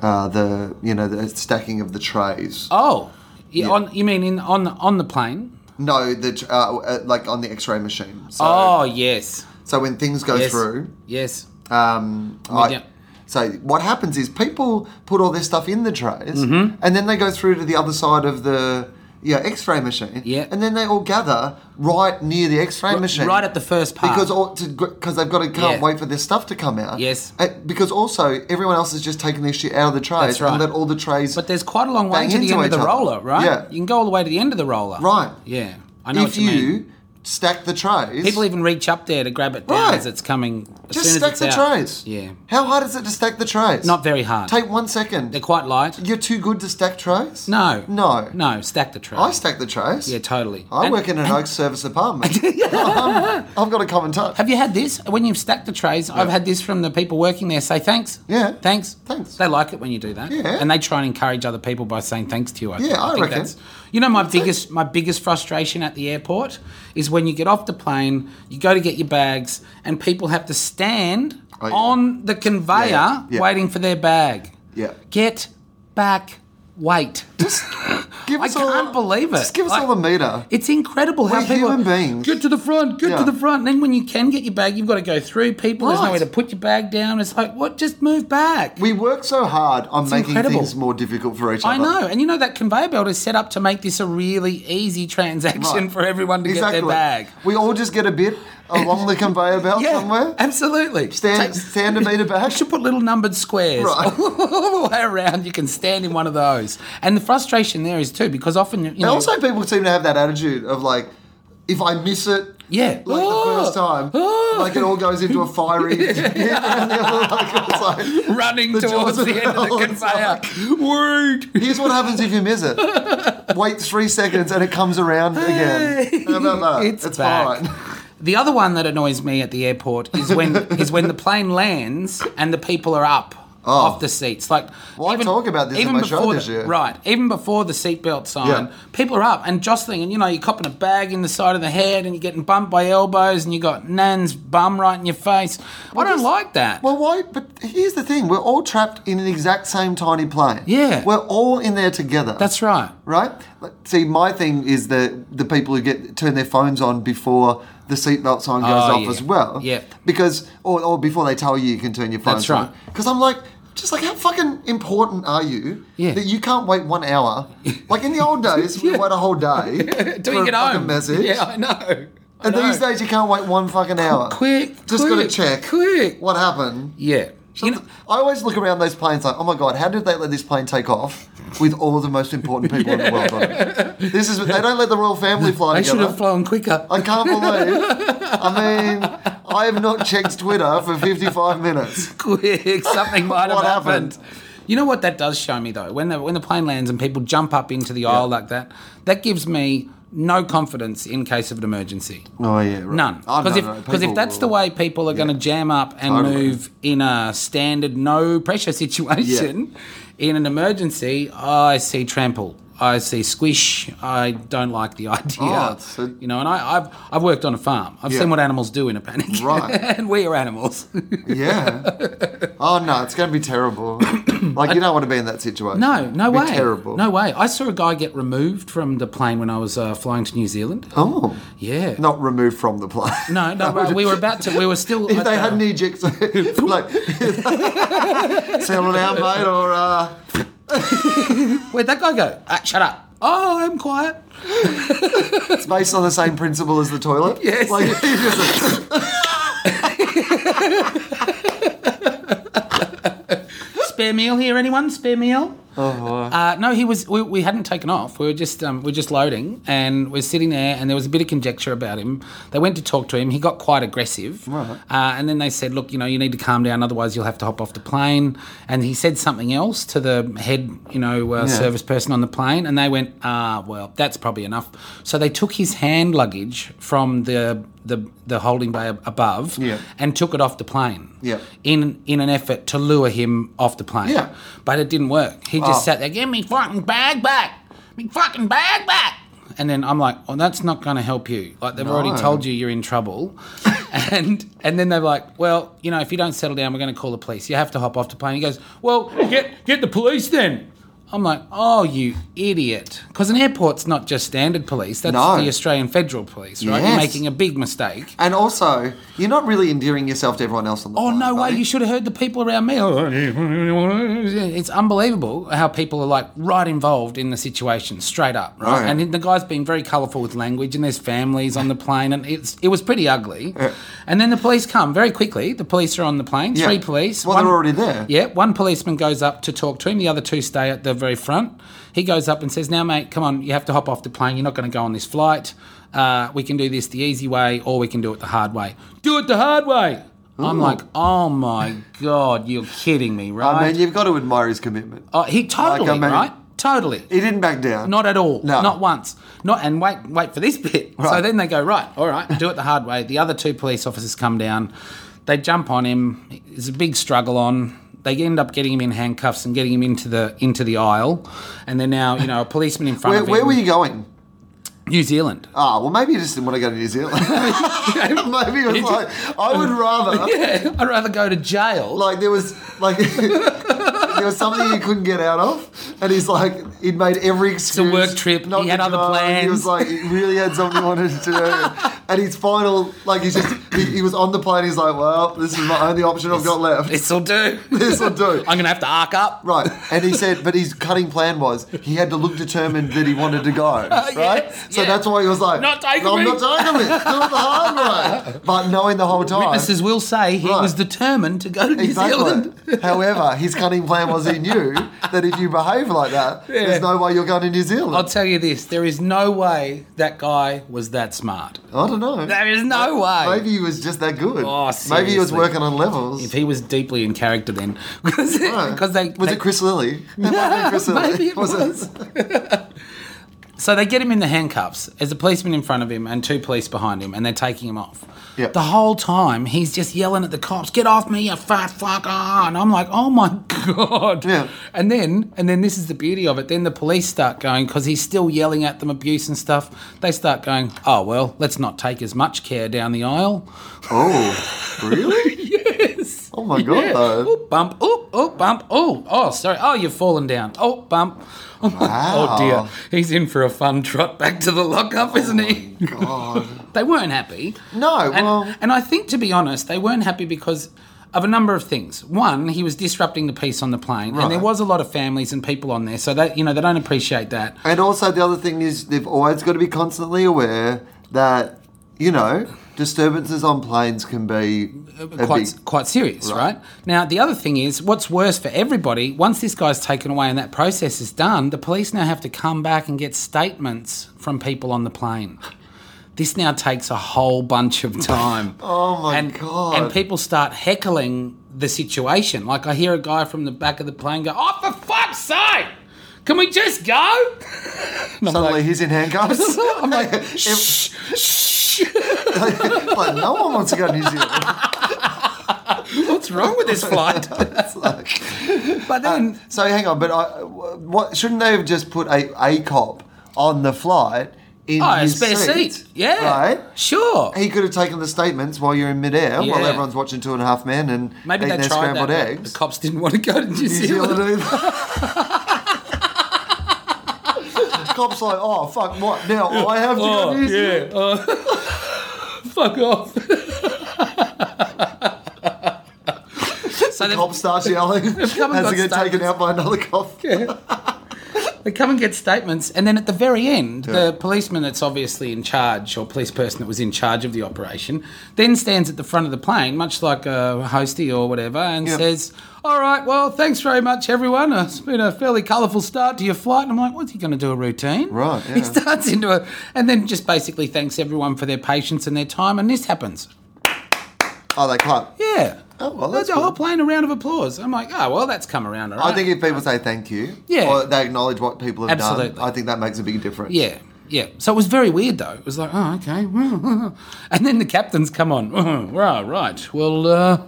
Speaker 3: uh, the you know the stacking of the trays.
Speaker 4: Oh, yeah, On, you mean in on on the plane?
Speaker 3: No, the tr- uh, uh, like on the X-ray machine. So,
Speaker 4: oh yes,
Speaker 3: so when things go
Speaker 4: yes,
Speaker 3: through,
Speaker 4: yes.
Speaker 3: Um, I-
Speaker 4: yeah.
Speaker 3: So what happens is people put all their stuff in the trays,
Speaker 4: Mm-hmm.
Speaker 3: and then they go through to the other side of the yeah X-ray machine.
Speaker 4: Yeah.
Speaker 3: and then they all gather right near the X-ray machine,
Speaker 4: right at the first part.
Speaker 3: because all because they've got to can't
Speaker 4: Yeah.
Speaker 3: wait for their stuff to come out.
Speaker 4: Yes.
Speaker 3: Uh, because also everyone else is just taking their shit out of the trays
Speaker 4: That's right.
Speaker 3: and let all the trays.
Speaker 4: But there's quite a long way
Speaker 3: Bang
Speaker 4: to the
Speaker 3: into
Speaker 4: end of
Speaker 3: each
Speaker 4: the
Speaker 3: other.
Speaker 4: roller, right?
Speaker 3: Yeah.
Speaker 4: You can go all the way to the end of the roller.
Speaker 3: Right.
Speaker 4: Yeah. I know
Speaker 3: if
Speaker 4: what you, mean.
Speaker 3: you stack the trays,
Speaker 4: People even reach up there to grab it down
Speaker 3: Right.
Speaker 4: as it's coming. As
Speaker 3: just
Speaker 4: soon
Speaker 3: stack
Speaker 4: as
Speaker 3: the
Speaker 4: it's out.
Speaker 3: trays.
Speaker 4: Yeah.
Speaker 3: How hard is it to stack the trays?
Speaker 4: Not very hard.
Speaker 3: Take one second.
Speaker 4: They're quite light.
Speaker 3: You're too good to stack trays?
Speaker 4: No.
Speaker 3: No.
Speaker 4: No, stack the tray.
Speaker 3: I stack the trays.
Speaker 4: Yeah, totally.
Speaker 3: I
Speaker 4: And
Speaker 3: work in an oak service apartment. I'm- I've got to come and touch.
Speaker 4: Have you had this? When you've stacked the trays, I've had this from the people working there say thanks.
Speaker 3: Yeah.
Speaker 4: Thanks.
Speaker 3: Thanks.
Speaker 4: They like it when you do that.
Speaker 3: Yeah.
Speaker 4: And they try and encourage other people by saying thanks to you. I think.
Speaker 3: Yeah, I
Speaker 4: think
Speaker 3: reckon.
Speaker 4: that's- you know, my biggest my biggest frustration at the airport is when you get off the plane, you go to get your bags, and people have to stand
Speaker 3: Oh, yeah.
Speaker 4: on the conveyor
Speaker 3: Yeah, yeah.
Speaker 4: waiting for their bag.
Speaker 3: Yeah.
Speaker 4: Get back. Wait.
Speaker 3: Give
Speaker 4: I can't believe it.
Speaker 3: Just give us
Speaker 4: Like-
Speaker 3: all a meter.
Speaker 4: It's incredible how
Speaker 3: We're
Speaker 4: people
Speaker 3: human beings.
Speaker 4: get to the front, get
Speaker 3: Yeah.
Speaker 4: to the front. And then when you can get your bag, you've got to go through people. There's
Speaker 3: Right.
Speaker 4: nowhere to put your bag down. It's like, what? Just move back.
Speaker 3: We work so hard on making
Speaker 4: incredible.
Speaker 3: things more difficult for each other.
Speaker 4: I know, and you know that conveyor belt is set up to make this a really easy transaction
Speaker 3: Right.
Speaker 4: for everyone to get their bag.
Speaker 3: We all just get a bit along the conveyor belt
Speaker 4: Yeah,
Speaker 3: somewhere.
Speaker 4: absolutely.
Speaker 3: Stand,
Speaker 4: Take-
Speaker 3: stand a meter
Speaker 4: I
Speaker 3: back.
Speaker 4: should put little numbered squares
Speaker 3: Right.
Speaker 4: all the way around. You can stand in one of those, and the frustration there is too because often you
Speaker 3: And
Speaker 4: know.
Speaker 3: also, people seem to have that attitude of like, if I miss it,
Speaker 4: yeah,
Speaker 3: like the first time,
Speaker 4: Oh.
Speaker 3: like it all goes into a fiery. pit and the other, like, it's like,
Speaker 4: running
Speaker 3: The jaws
Speaker 4: towards
Speaker 3: of
Speaker 4: the end of the
Speaker 3: hell, it's
Speaker 4: conveyor. Word.
Speaker 3: Here's what happens if you miss it. Wait three seconds and it comes around again. How about that?
Speaker 4: It's back.
Speaker 3: fine.
Speaker 4: The other one that annoys me at the airport is when is when the plane lands and the people are up off the seats. Like
Speaker 3: Oh. Well, I talk about this in my show
Speaker 4: before
Speaker 3: this
Speaker 4: the-
Speaker 3: year.
Speaker 4: Right, even before the seatbelt sign,
Speaker 3: Yeah.
Speaker 4: people are up and jostling, and you know you're copping a bag in the side of the head, and you're getting bumped by elbows, and you got Nan's bum right in your face. I don't
Speaker 3: this-
Speaker 4: like that.
Speaker 3: Well, why? But here's the thing we're all trapped in the exact same tiny plane.
Speaker 4: Yeah.
Speaker 3: We're all in there together.
Speaker 4: That's right.
Speaker 3: right. Like, See, my thing is the, the people who get turn their phones on before the seatbelt sign goes
Speaker 4: Oh,
Speaker 3: off
Speaker 4: yeah.
Speaker 3: as well.
Speaker 4: Yep.
Speaker 3: Because, or, or before they tell you you can turn your phone
Speaker 4: That's right.
Speaker 3: Because I'm like, just like how fucking important are you
Speaker 4: Yeah.
Speaker 3: that you can't wait one hour? Like in the old days, we wait a whole day
Speaker 4: Till
Speaker 3: for
Speaker 4: you
Speaker 3: a fucking
Speaker 4: get home.
Speaker 3: message.
Speaker 4: Yeah, I know. I
Speaker 3: And these
Speaker 4: know.
Speaker 3: days you can't wait one fucking hour.
Speaker 4: quick,
Speaker 3: Just gotta
Speaker 4: quick,
Speaker 3: check.
Speaker 4: quick.
Speaker 3: What happened?
Speaker 4: Yeah. You know,
Speaker 3: I always look around those planes like, oh my god, how did they let this plane take off with all the most important people in the world on it? This is they don't let the royal family fly
Speaker 4: they should
Speaker 3: together.
Speaker 4: have flown quicker.
Speaker 3: I can't believe. I mean, I have not checked Twitter for 55 minutes.
Speaker 4: quick. Something might have
Speaker 3: What
Speaker 4: happened.
Speaker 3: happened?
Speaker 4: You know what that does show me though? When the when the plane lands and people jump up into the aisle like that, that gives me no confidence in case of an emergency.
Speaker 3: Oh yeah, right.
Speaker 4: None.
Speaker 3: Oh,
Speaker 4: Because
Speaker 3: no, no,
Speaker 4: if because if
Speaker 3: people
Speaker 4: that's the
Speaker 3: will-
Speaker 4: way people are going to jam up and
Speaker 3: Totally.
Speaker 4: move in a standard no pressure situation, in an emergency, I see trample. I see squish. I don't like the idea.
Speaker 3: Oh, it's a-
Speaker 4: you know, and I, I've I've worked on a farm. I've
Speaker 3: Yeah.
Speaker 4: seen what animals do in a panic.
Speaker 3: Right.
Speaker 4: and we are animals.
Speaker 3: Yeah. Oh no, it's going to be terrible. like you don't want to be in that situation.
Speaker 4: No, no
Speaker 3: It'd
Speaker 4: way.
Speaker 3: be Terrible.
Speaker 4: No way. I saw a guy get removed from the plane when I was uh, flying to New Zealand.
Speaker 3: Oh.
Speaker 4: Yeah.
Speaker 3: Not removed from the plane.
Speaker 4: No, no. well, we were about to. We were still.
Speaker 3: If
Speaker 4: at
Speaker 3: they
Speaker 4: the-
Speaker 3: hadn't ejected, like, settle down, mate, or uh,
Speaker 4: Where'd that guy go? Ah, shut up. Oh, I'm quiet.
Speaker 3: it's based on the same principle as the toilet.
Speaker 4: Yes.
Speaker 3: Like, you just-
Speaker 4: Spare meal here, anyone? Spare meal? Uh, no, he was. We, we hadn't taken off. We were just um, we were just loading, and we're sitting there, and there was a bit of conjecture about him. They went to talk to him. He got quite aggressive, uh, and then they said, "Look, you know, you need to calm down, otherwise you'll have to hop off the plane." And he said something else to the head, you know, uh, service person on the plane, and they went, "Ah, well, that's probably enough." So they took his hand luggage from the the, the holding bay ab- above
Speaker 3: Yeah.
Speaker 4: and took it off the plane
Speaker 3: Yeah.
Speaker 4: in in an effort to lure him off the plane.
Speaker 3: Yeah.
Speaker 4: But it didn't work. He just
Speaker 3: Oh.
Speaker 4: sat there, give me fucking bag back. Me fucking bag back. And then I'm like, well, that's not going to help you. Like, they've already
Speaker 3: No.
Speaker 4: told you you're in trouble. and and then they're like, well, you know, if you don't settle down, we're going to call the police. You have to hop off the plane. He goes, well, get, get the police then. I'm like, oh, you idiot. Because an airport's not just standard police. That's
Speaker 3: No.
Speaker 4: the Australian Federal Police, right?
Speaker 3: Yes.
Speaker 4: You're making a big mistake.
Speaker 3: And also, you're not really endearing yourself to everyone else on the
Speaker 4: Oh
Speaker 3: plane,
Speaker 4: no way!
Speaker 3: buddy.
Speaker 4: You should have heard the people around me. Oh, It's unbelievable how people are like right involved in the situation, straight up, right?
Speaker 3: Right.
Speaker 4: And the guy's been very colourful with language, and there's families on the plane, and it's it was pretty ugly. And then the police come very quickly. The police are on the plane.
Speaker 3: Yeah.
Speaker 4: Three police.
Speaker 3: Well, they're already there.
Speaker 4: Yeah, one policeman goes up to talk to him. The other two stay at the very front. He goes up and says, "Now, mate, come on. You have to hop off the plane. You're not going to go on this flight. Uh, we can do this the easy way, or we can do it the hard way. Do it the hard way." I'm like, "Oh my god, you're kidding me, right?"
Speaker 3: I mean, you've got to admire his commitment.
Speaker 4: Oh, he totally
Speaker 3: Like, I mean-
Speaker 4: right, totally.
Speaker 3: He didn't back down.
Speaker 4: Not at all.
Speaker 3: No.
Speaker 4: Not once. Not and wait, wait for this bit. So
Speaker 3: Right.
Speaker 4: then they go right. All right, do it the hard way. The other two police officers come down. They jump on him. It's a big struggle on. They end up getting him in handcuffs and getting him into the into the aisle. And they're now you know a policeman in front
Speaker 3: Where,
Speaker 4: of him.
Speaker 3: where were you going?
Speaker 4: New Zealand.
Speaker 3: Ah, well, maybe you just didn't want to go to New Zealand. maybe it was like, I would rather.
Speaker 4: Yeah, I'd rather go to jail.
Speaker 3: Uh-huh. Like, there was, like, there was something he couldn't get out of. And he's like, he'd made every excuse.
Speaker 4: work trip,
Speaker 3: not
Speaker 4: he had
Speaker 3: to
Speaker 4: other
Speaker 3: drive. He
Speaker 4: plans.
Speaker 3: was like, he really had something he wanted to do. And his final, like, he's just, he, he was on the plane. He's like, well, this is my only option I've got left.
Speaker 4: This'll do.
Speaker 3: This will do.
Speaker 4: I'm gonna have to arc up.
Speaker 3: Right, and he said, but his cutting plan was he had to look determined that he wanted to go, right?
Speaker 4: yes,
Speaker 3: so
Speaker 4: yeah.
Speaker 3: that's why he was like,
Speaker 4: Not taking
Speaker 3: "No, I'm
Speaker 4: me."
Speaker 3: not taking it. Do it the hard way." But knowing the whole time,
Speaker 4: Witnesses will say he
Speaker 3: Right.
Speaker 4: was determined to go to New
Speaker 3: exactly.
Speaker 4: Zealand.
Speaker 3: However, his cunning plan was he knew that if you behave like that, there's no way you're going to New
Speaker 4: I'll
Speaker 3: Zealand.
Speaker 4: tell you this: there is no way that guy was that smart.
Speaker 3: I don't know.
Speaker 4: There is no way.
Speaker 3: Maybe he was just that good.
Speaker 4: Oh,
Speaker 3: Maybe he was
Speaker 4: seriously.
Speaker 3: working on levels.
Speaker 4: If he was deeply in character, then because they
Speaker 3: was
Speaker 4: they-
Speaker 3: it Chris Lilly? That might have been Chris Lilly.
Speaker 4: Maybe it was. so they get him in the handcuffs. There's a policeman in front of him and two police behind him, and they're taking him off.
Speaker 3: Yep.
Speaker 4: The whole time he's just yelling at the cops, "Get off me, you fat fucker!" And I'm like, "Oh my god!"
Speaker 3: Yeah.
Speaker 4: And then, and then this is the beauty of it. Then the police start going because he's still yelling at them abuse and stuff. They start going, "Oh well, let's not take as much care down the aisle."
Speaker 3: Oh, really?
Speaker 4: yes.
Speaker 3: Oh my god, though.
Speaker 4: Oh, bump. Oh, oh, bump. Oh, oh, sorry. Oh, you've fallen down. Oh, bump. Oh,
Speaker 3: Wow. Oh
Speaker 4: dear. He's in for a fun trot back to the lockup, isn't he?
Speaker 3: God.
Speaker 4: They weren't happy.
Speaker 3: Oh, No,
Speaker 4: And,
Speaker 3: well-
Speaker 4: and I think, to be honest, they weren't happy because of a number of things. One, he was disrupting the peace on the plane, and there
Speaker 3: Right.
Speaker 4: was a lot of families and people on there, so that you know they don't appreciate that.
Speaker 3: And also, the other thing is, they've always got to be constantly aware that, you know, disturbances on planes can be a
Speaker 4: quite
Speaker 3: big.
Speaker 4: quite serious, right. Now the other thing is, what's worse for everybody? Once this guy's taken away and that process is done, the police now have to come back and get statements from people on the plane. This now takes a whole bunch of time.
Speaker 3: Oh my
Speaker 4: and,
Speaker 3: God.
Speaker 4: And people start heckling the situation. Like I hear a guy from the back of the plane go, "Oh, for fuck's sake! Can we just go?" And I'm
Speaker 3: Suddenly,
Speaker 4: like-
Speaker 3: he's in handcuffs.
Speaker 4: I'm like, shh, shh.
Speaker 3: like no one wants to go to New Zealand.
Speaker 4: What's wrong with this flight?
Speaker 3: It's like-
Speaker 4: But then,
Speaker 3: so hang on, but I, what shouldn't they have just put a, a cop on the flight in
Speaker 4: oh, a
Speaker 3: his
Speaker 4: spare seat. Yeah.
Speaker 3: right?
Speaker 4: Sure.
Speaker 3: He could have taken the statements while you're in midair, while
Speaker 4: Yeah.
Speaker 3: everyone's watching Two and a Half Men and
Speaker 4: Maybe
Speaker 3: eating
Speaker 4: they
Speaker 3: their
Speaker 4: tried
Speaker 3: scrambled
Speaker 4: that. but
Speaker 3: eggs.
Speaker 4: The cops didn't want to go to New, Zealand.
Speaker 3: either. Cops like, oh fuck, what now? I have to go to New Zealand.
Speaker 4: Oh, yeah. uh, fuck off. so
Speaker 3: Cop
Speaker 4: they,
Speaker 3: starts yelling. Has to
Speaker 4: come and got
Speaker 3: get taken
Speaker 4: statements.
Speaker 3: out by another cop.
Speaker 4: they come and get statements, and then at the very end, the policeman that's obviously in charge, or police person that was in charge of the operation, then stands at the front of the plane, much like a hostie or whatever, and
Speaker 3: Yeah.
Speaker 4: says, "All right, well, thanks very much, everyone. Uh, It's been a fairly colourful start to your flight." And I'm like, "What's he going to do a routine?"
Speaker 3: Right,
Speaker 4: He
Speaker 3: yeah.
Speaker 4: starts into a, and then just basically thanks everyone for their patience and their time, and this happens.
Speaker 3: Oh, they clap.
Speaker 4: Yeah.
Speaker 3: Oh, well, that's
Speaker 4: a whole
Speaker 3: good.
Speaker 4: plane a round of applause. I'm like, oh, well, that's come around, all right. Um,
Speaker 3: I think if people say thank you,
Speaker 4: Yeah.
Speaker 3: or they acknowledge what people have
Speaker 4: Absolutely.
Speaker 3: done, I think that makes a big difference.
Speaker 4: Yeah. Yeah. So it was very weird, though. It was like, oh, okay. And then the captains come on. Right, right. Well, uh,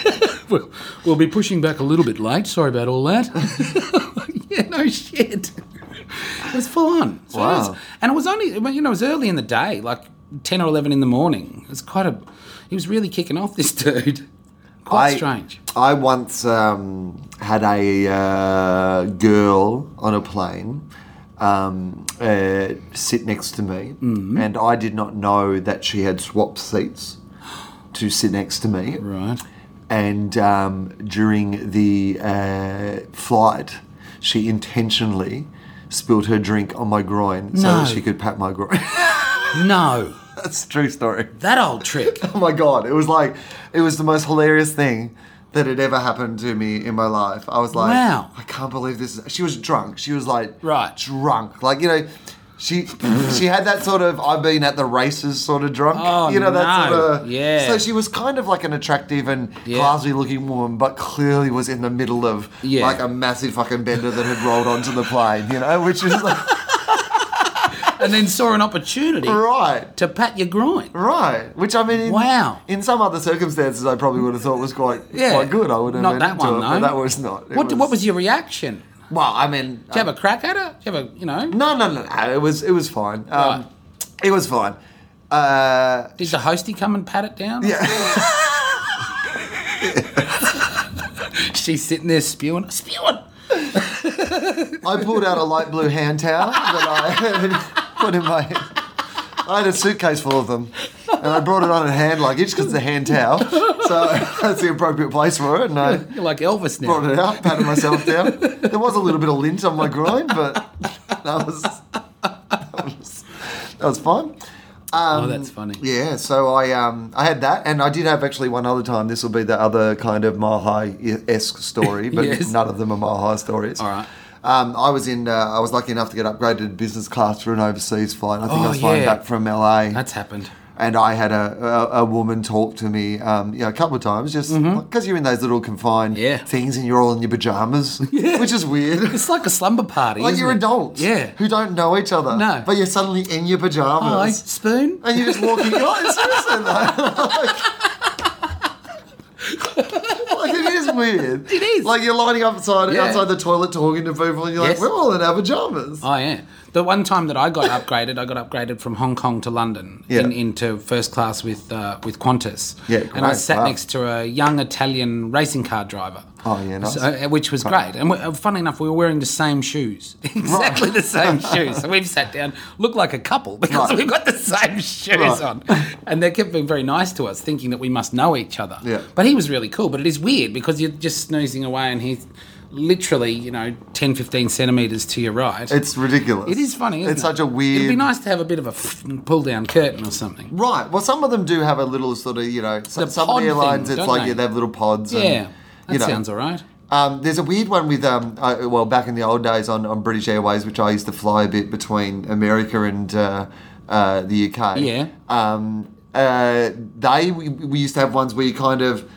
Speaker 4: we'll, we'll be pushing back a little bit late. Sorry about all that. yeah, no shit. It was full on. It was
Speaker 3: Wow.
Speaker 4: full on. And it was only, well, you know, it was early in the day, like 10 or 11 in the morning. It was quite a, he was really kicking off, this dude. Quite
Speaker 3: I-
Speaker 4: strange.
Speaker 3: I once um, had a uh, girl on a plane um, uh, sit next to me,
Speaker 4: Mm-hmm.
Speaker 3: and I did not know that she had swapped seats to sit next to me.
Speaker 4: Right.
Speaker 3: And um, during the uh, flight, she intentionally spilled her drink on my groin so
Speaker 4: No.
Speaker 3: that she could pat my groin.
Speaker 4: No.
Speaker 3: That's a true story.
Speaker 4: That old trick.
Speaker 3: Oh my god, it was like it was the most hilarious thing that had ever happened to me in my life. I was like,
Speaker 4: Wow.
Speaker 3: I can't believe this. Is... She was drunk. She was like,
Speaker 4: Right.
Speaker 3: drunk. Like you know, she she had that sort of I've been at the races sort of drunk.
Speaker 4: Oh,
Speaker 3: you know that
Speaker 4: no.
Speaker 3: sort of
Speaker 4: Yeah.
Speaker 3: So she was kind of like an attractive and
Speaker 4: Yeah.
Speaker 3: classy looking woman, but clearly was in the middle of
Speaker 4: Yeah.
Speaker 3: like a massive fucking bender that had rolled onto the plane. You know, which is like,
Speaker 4: And then saw an opportunity
Speaker 3: right.
Speaker 4: to pat your groin.
Speaker 3: Right, which I mean, in,
Speaker 4: Wow.
Speaker 3: In some other circumstances, I probably would have thought was quite
Speaker 4: Yeah.
Speaker 3: quite good. I would have
Speaker 4: Not
Speaker 3: been
Speaker 4: that
Speaker 3: into
Speaker 4: one,
Speaker 3: it,
Speaker 4: though.
Speaker 3: but that was not. It
Speaker 4: What, what was your reaction?
Speaker 3: Well, I mean, um,
Speaker 4: Do you have a crack at it? Do you have a, you know?
Speaker 3: no, no, no, no. It was it was fine. Um,
Speaker 4: Right.
Speaker 3: It was fine. Uh,
Speaker 4: Did the hostie come and pat it down?
Speaker 3: yeah,
Speaker 4: She's sitting there spewing, spewing.
Speaker 3: I pulled out a light blue hand towel that I put in my. I had a suitcase full of them, and I brought it on in hand luggage because it's a hand towel, so that's the appropriate place for it. And I
Speaker 4: You're like Elvis now.
Speaker 3: brought it out, patted myself down. There was a little bit of lint on my groin, but that was that was, that was fine.
Speaker 4: oh, that's funny.
Speaker 3: um, Yeah, so I um I had that, and I did have actually one other time. This will be the other kind of mile high esque story, but
Speaker 4: Yes.
Speaker 3: none of them are mile high stories.
Speaker 4: All right.
Speaker 3: Um, I was in. Uh, I was lucky enough to get upgraded to business class for an overseas flight. I think I
Speaker 4: Oh,
Speaker 3: was flying
Speaker 4: yeah.
Speaker 3: back from LA
Speaker 4: That's happened.
Speaker 3: and I had a, a, a woman talk to me, um, you know, a couple of times, just because you're in those little confined
Speaker 4: Mm-hmm. Yeah.
Speaker 3: things and you're all in your pajamas, which is weird.
Speaker 4: It's like a slumber party.
Speaker 3: like
Speaker 4: isn't
Speaker 3: you're
Speaker 4: it?
Speaker 3: adults,
Speaker 4: Yeah.
Speaker 3: who don't know each other,
Speaker 4: No. Oh,
Speaker 3: but you're suddenly in your
Speaker 4: Hi,
Speaker 3: pajamas
Speaker 4: spoon.
Speaker 3: and you're just walking. oh, seriously though. Like, like, it is weird.
Speaker 4: It is.
Speaker 3: Like you're lining up outside,
Speaker 4: Yeah.
Speaker 3: outside the toilet talking to people, and you're
Speaker 4: Yes. Oh.
Speaker 3: like, "We're all in our pajamas."
Speaker 4: I am. The one time that I got upgraded, I got upgraded from Hong Kong to London
Speaker 3: Yeah.
Speaker 4: in, into first class with uh, with Qantas.
Speaker 3: Yeah,
Speaker 4: and I
Speaker 3: great,
Speaker 4: sat
Speaker 3: wow.
Speaker 4: next to a young Italian racing car driver.
Speaker 3: Oh, yeah, nice.
Speaker 4: So, uh, which was great. And we, uh, funny enough, we were wearing the same shoes, exactly the same shoes. So we've sat down, looked like a couple because
Speaker 3: Right.
Speaker 4: we've got the same shoes
Speaker 3: Right.
Speaker 4: on. And they kept being very nice to us, thinking that we must know each other.
Speaker 3: Yeah.
Speaker 4: But he was really cool. But it is weird because you're just snoozing away, and he's literally, you know, 10, 15 centimeters to your right.
Speaker 3: It's ridiculous.
Speaker 4: It is funny. Isn't
Speaker 3: it's
Speaker 4: it?
Speaker 3: such a weird.
Speaker 4: It'd be nice to have a bit of a pull down curtain or something.
Speaker 3: Right. Well, some of them do have a little sort of, you know, some,
Speaker 4: The
Speaker 3: some of
Speaker 4: pod
Speaker 3: the airlines,
Speaker 4: thing,
Speaker 3: it's
Speaker 4: don't
Speaker 3: like
Speaker 4: they?
Speaker 3: yeah, they have little pods. And,
Speaker 4: Yeah, that
Speaker 3: you know,
Speaker 4: sounds all right.
Speaker 3: Um, there's a weird one with, um, uh, well, back in the old days on, on British Airways, which I used to fly a bit between America and uh, uh, the UK.
Speaker 4: Yeah.
Speaker 3: Um, uh, they, we, we used to have ones where you kind of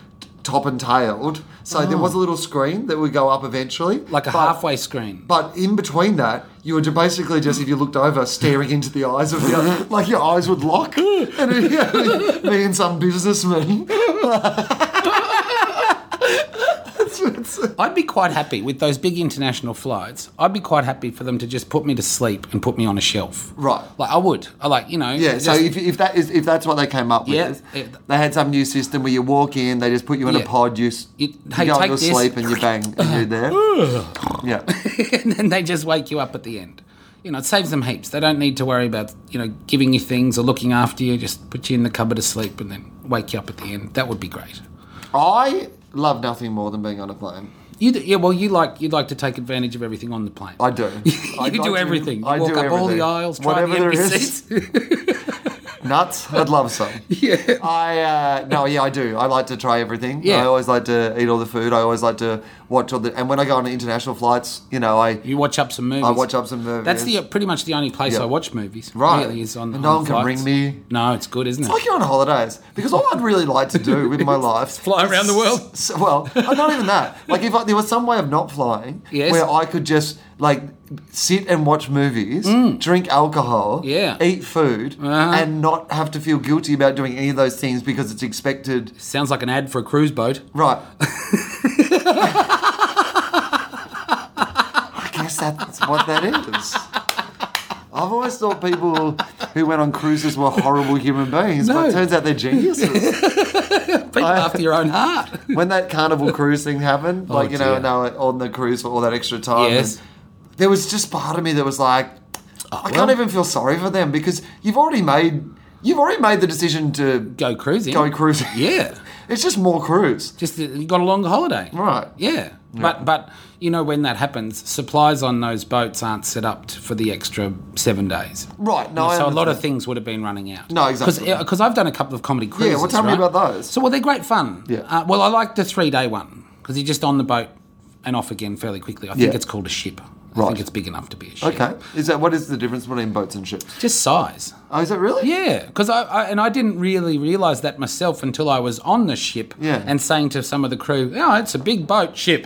Speaker 3: top and tailed. So there was a little screen that would go up eventually.
Speaker 4: Oh. Like a
Speaker 3: but-
Speaker 4: halfway screen.
Speaker 3: but in between that, you were basically just, if you looked over, staring into the eyes of the other, like your eyes would lock. And yeah, me and some businessman.
Speaker 4: I'd be quite happy with those big international flights. I'd be quite happy for them to just put me to sleep and put me on a shelf.
Speaker 3: Right.
Speaker 4: Like I would. I like you know.
Speaker 3: Yeah, so
Speaker 4: just-
Speaker 3: if, if that is if that's what they came up with,
Speaker 4: Yeah.
Speaker 3: they had some new system where you walk in, they just put you in a
Speaker 4: Yeah.
Speaker 3: pod, you, s-
Speaker 4: You-
Speaker 3: you,
Speaker 4: hey,
Speaker 3: go
Speaker 4: take
Speaker 3: into a
Speaker 4: this.
Speaker 3: sleep and you bang and you're there. yeah,
Speaker 4: and then they just wake you up at the end. You know, it saves them heaps. They don't need to worry about you know giving you things or looking after you. Just put you in the cupboard to sleep and then wake you up at the end. That would be great.
Speaker 3: I love nothing more than being on a plane.
Speaker 4: You do, yeah, well, you like you like to take advantage of everything on the plane.
Speaker 3: I do. I
Speaker 4: you
Speaker 3: I
Speaker 4: do everything. You
Speaker 3: I
Speaker 4: walk
Speaker 3: do
Speaker 4: up all
Speaker 3: everything.
Speaker 4: the aisles, try the
Speaker 3: there
Speaker 4: empty
Speaker 3: is.
Speaker 4: seats.
Speaker 3: nuts. I'd love some. Yeah. I uh, no, yeah, I do. I like to try everything.
Speaker 4: Yeah.
Speaker 3: I always like to eat all the food. I always like to watch all the. And when I go on international flights, you know, I
Speaker 4: You watch up some movies.
Speaker 3: I watch up some movies.
Speaker 4: That's the pretty much the only place
Speaker 3: Yeah.
Speaker 4: I watch movies.
Speaker 3: Right.
Speaker 4: really, is on.
Speaker 3: And
Speaker 4: on
Speaker 3: no one can ring
Speaker 4: flights.
Speaker 3: me.
Speaker 4: No, it's good, isn't
Speaker 3: It's
Speaker 4: it?
Speaker 3: like you're on holidays because all I'd really like to do with my life
Speaker 4: fly around the world.
Speaker 3: uh, S- well, not even that. Like if I, there was some way of not flying,
Speaker 4: Yes.
Speaker 3: where I could just like sit and watch movies, drink alcohol,
Speaker 4: Mm. Yeah. Uh-huh.
Speaker 3: eat food, and not have to feel guilty about doing any of those things because it's expected.
Speaker 4: Sounds like an ad for a cruise boat.
Speaker 3: Right. I guess that's what that is. I've always thought people who went on cruises were horrible human beings, but
Speaker 4: No.
Speaker 3: it turns out they're geniuses.
Speaker 4: People after your own heart.
Speaker 3: when that carnival cruise thing happened, like, you know,
Speaker 4: Oh, dear.
Speaker 3: and they were on the cruise for all that extra time,
Speaker 4: Yes. Oh,
Speaker 3: and there was just part of me that was like, I can't even feel sorry for them because you've already made. You've already made the decision to
Speaker 4: Go cruising.
Speaker 3: go cruising.
Speaker 4: Yeah.
Speaker 3: It's just more cruise.
Speaker 4: Just that you got a longer holiday.
Speaker 3: Right.
Speaker 4: Yeah. But but you know when that happens, supplies on those boats aren't set up t- for the extra seven days.
Speaker 3: Right. No, I
Speaker 4: so a lot
Speaker 3: understand.
Speaker 4: of things would have been running out.
Speaker 3: No, exactly.
Speaker 4: Because I've done a couple of comedy cruises.
Speaker 3: well, tell me
Speaker 4: right?
Speaker 3: about those.
Speaker 4: So, well, they're great fun.
Speaker 3: Yeah.
Speaker 4: Uh, well, I like the three day one because you're just on the boat and off again fairly quickly. I think
Speaker 3: Yeah.
Speaker 4: it's called a ship. I
Speaker 3: Right.
Speaker 4: think it's big enough to be a ship.
Speaker 3: Okay. Is that what is the difference between boats and ships?
Speaker 4: Just size.
Speaker 3: Oh, is that really?
Speaker 4: Yeah, because I, I and I didn't really realize that myself until I was on the ship
Speaker 3: Yeah.
Speaker 4: and saying to some of the crew, "Oh, it's a big boat ship."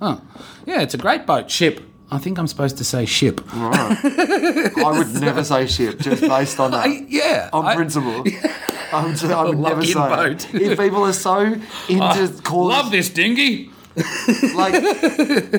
Speaker 4: Oh, yeah, it's a great boat ship. I think I'm supposed to say ship.
Speaker 3: I would never say ship just based on that.
Speaker 4: I- yeah,
Speaker 3: On
Speaker 4: I-
Speaker 3: principle. I would, I would never
Speaker 4: Lock-in
Speaker 3: say.
Speaker 4: boat.
Speaker 3: it. If people are so into
Speaker 4: Love
Speaker 3: calls,
Speaker 4: this dinghy.
Speaker 3: like,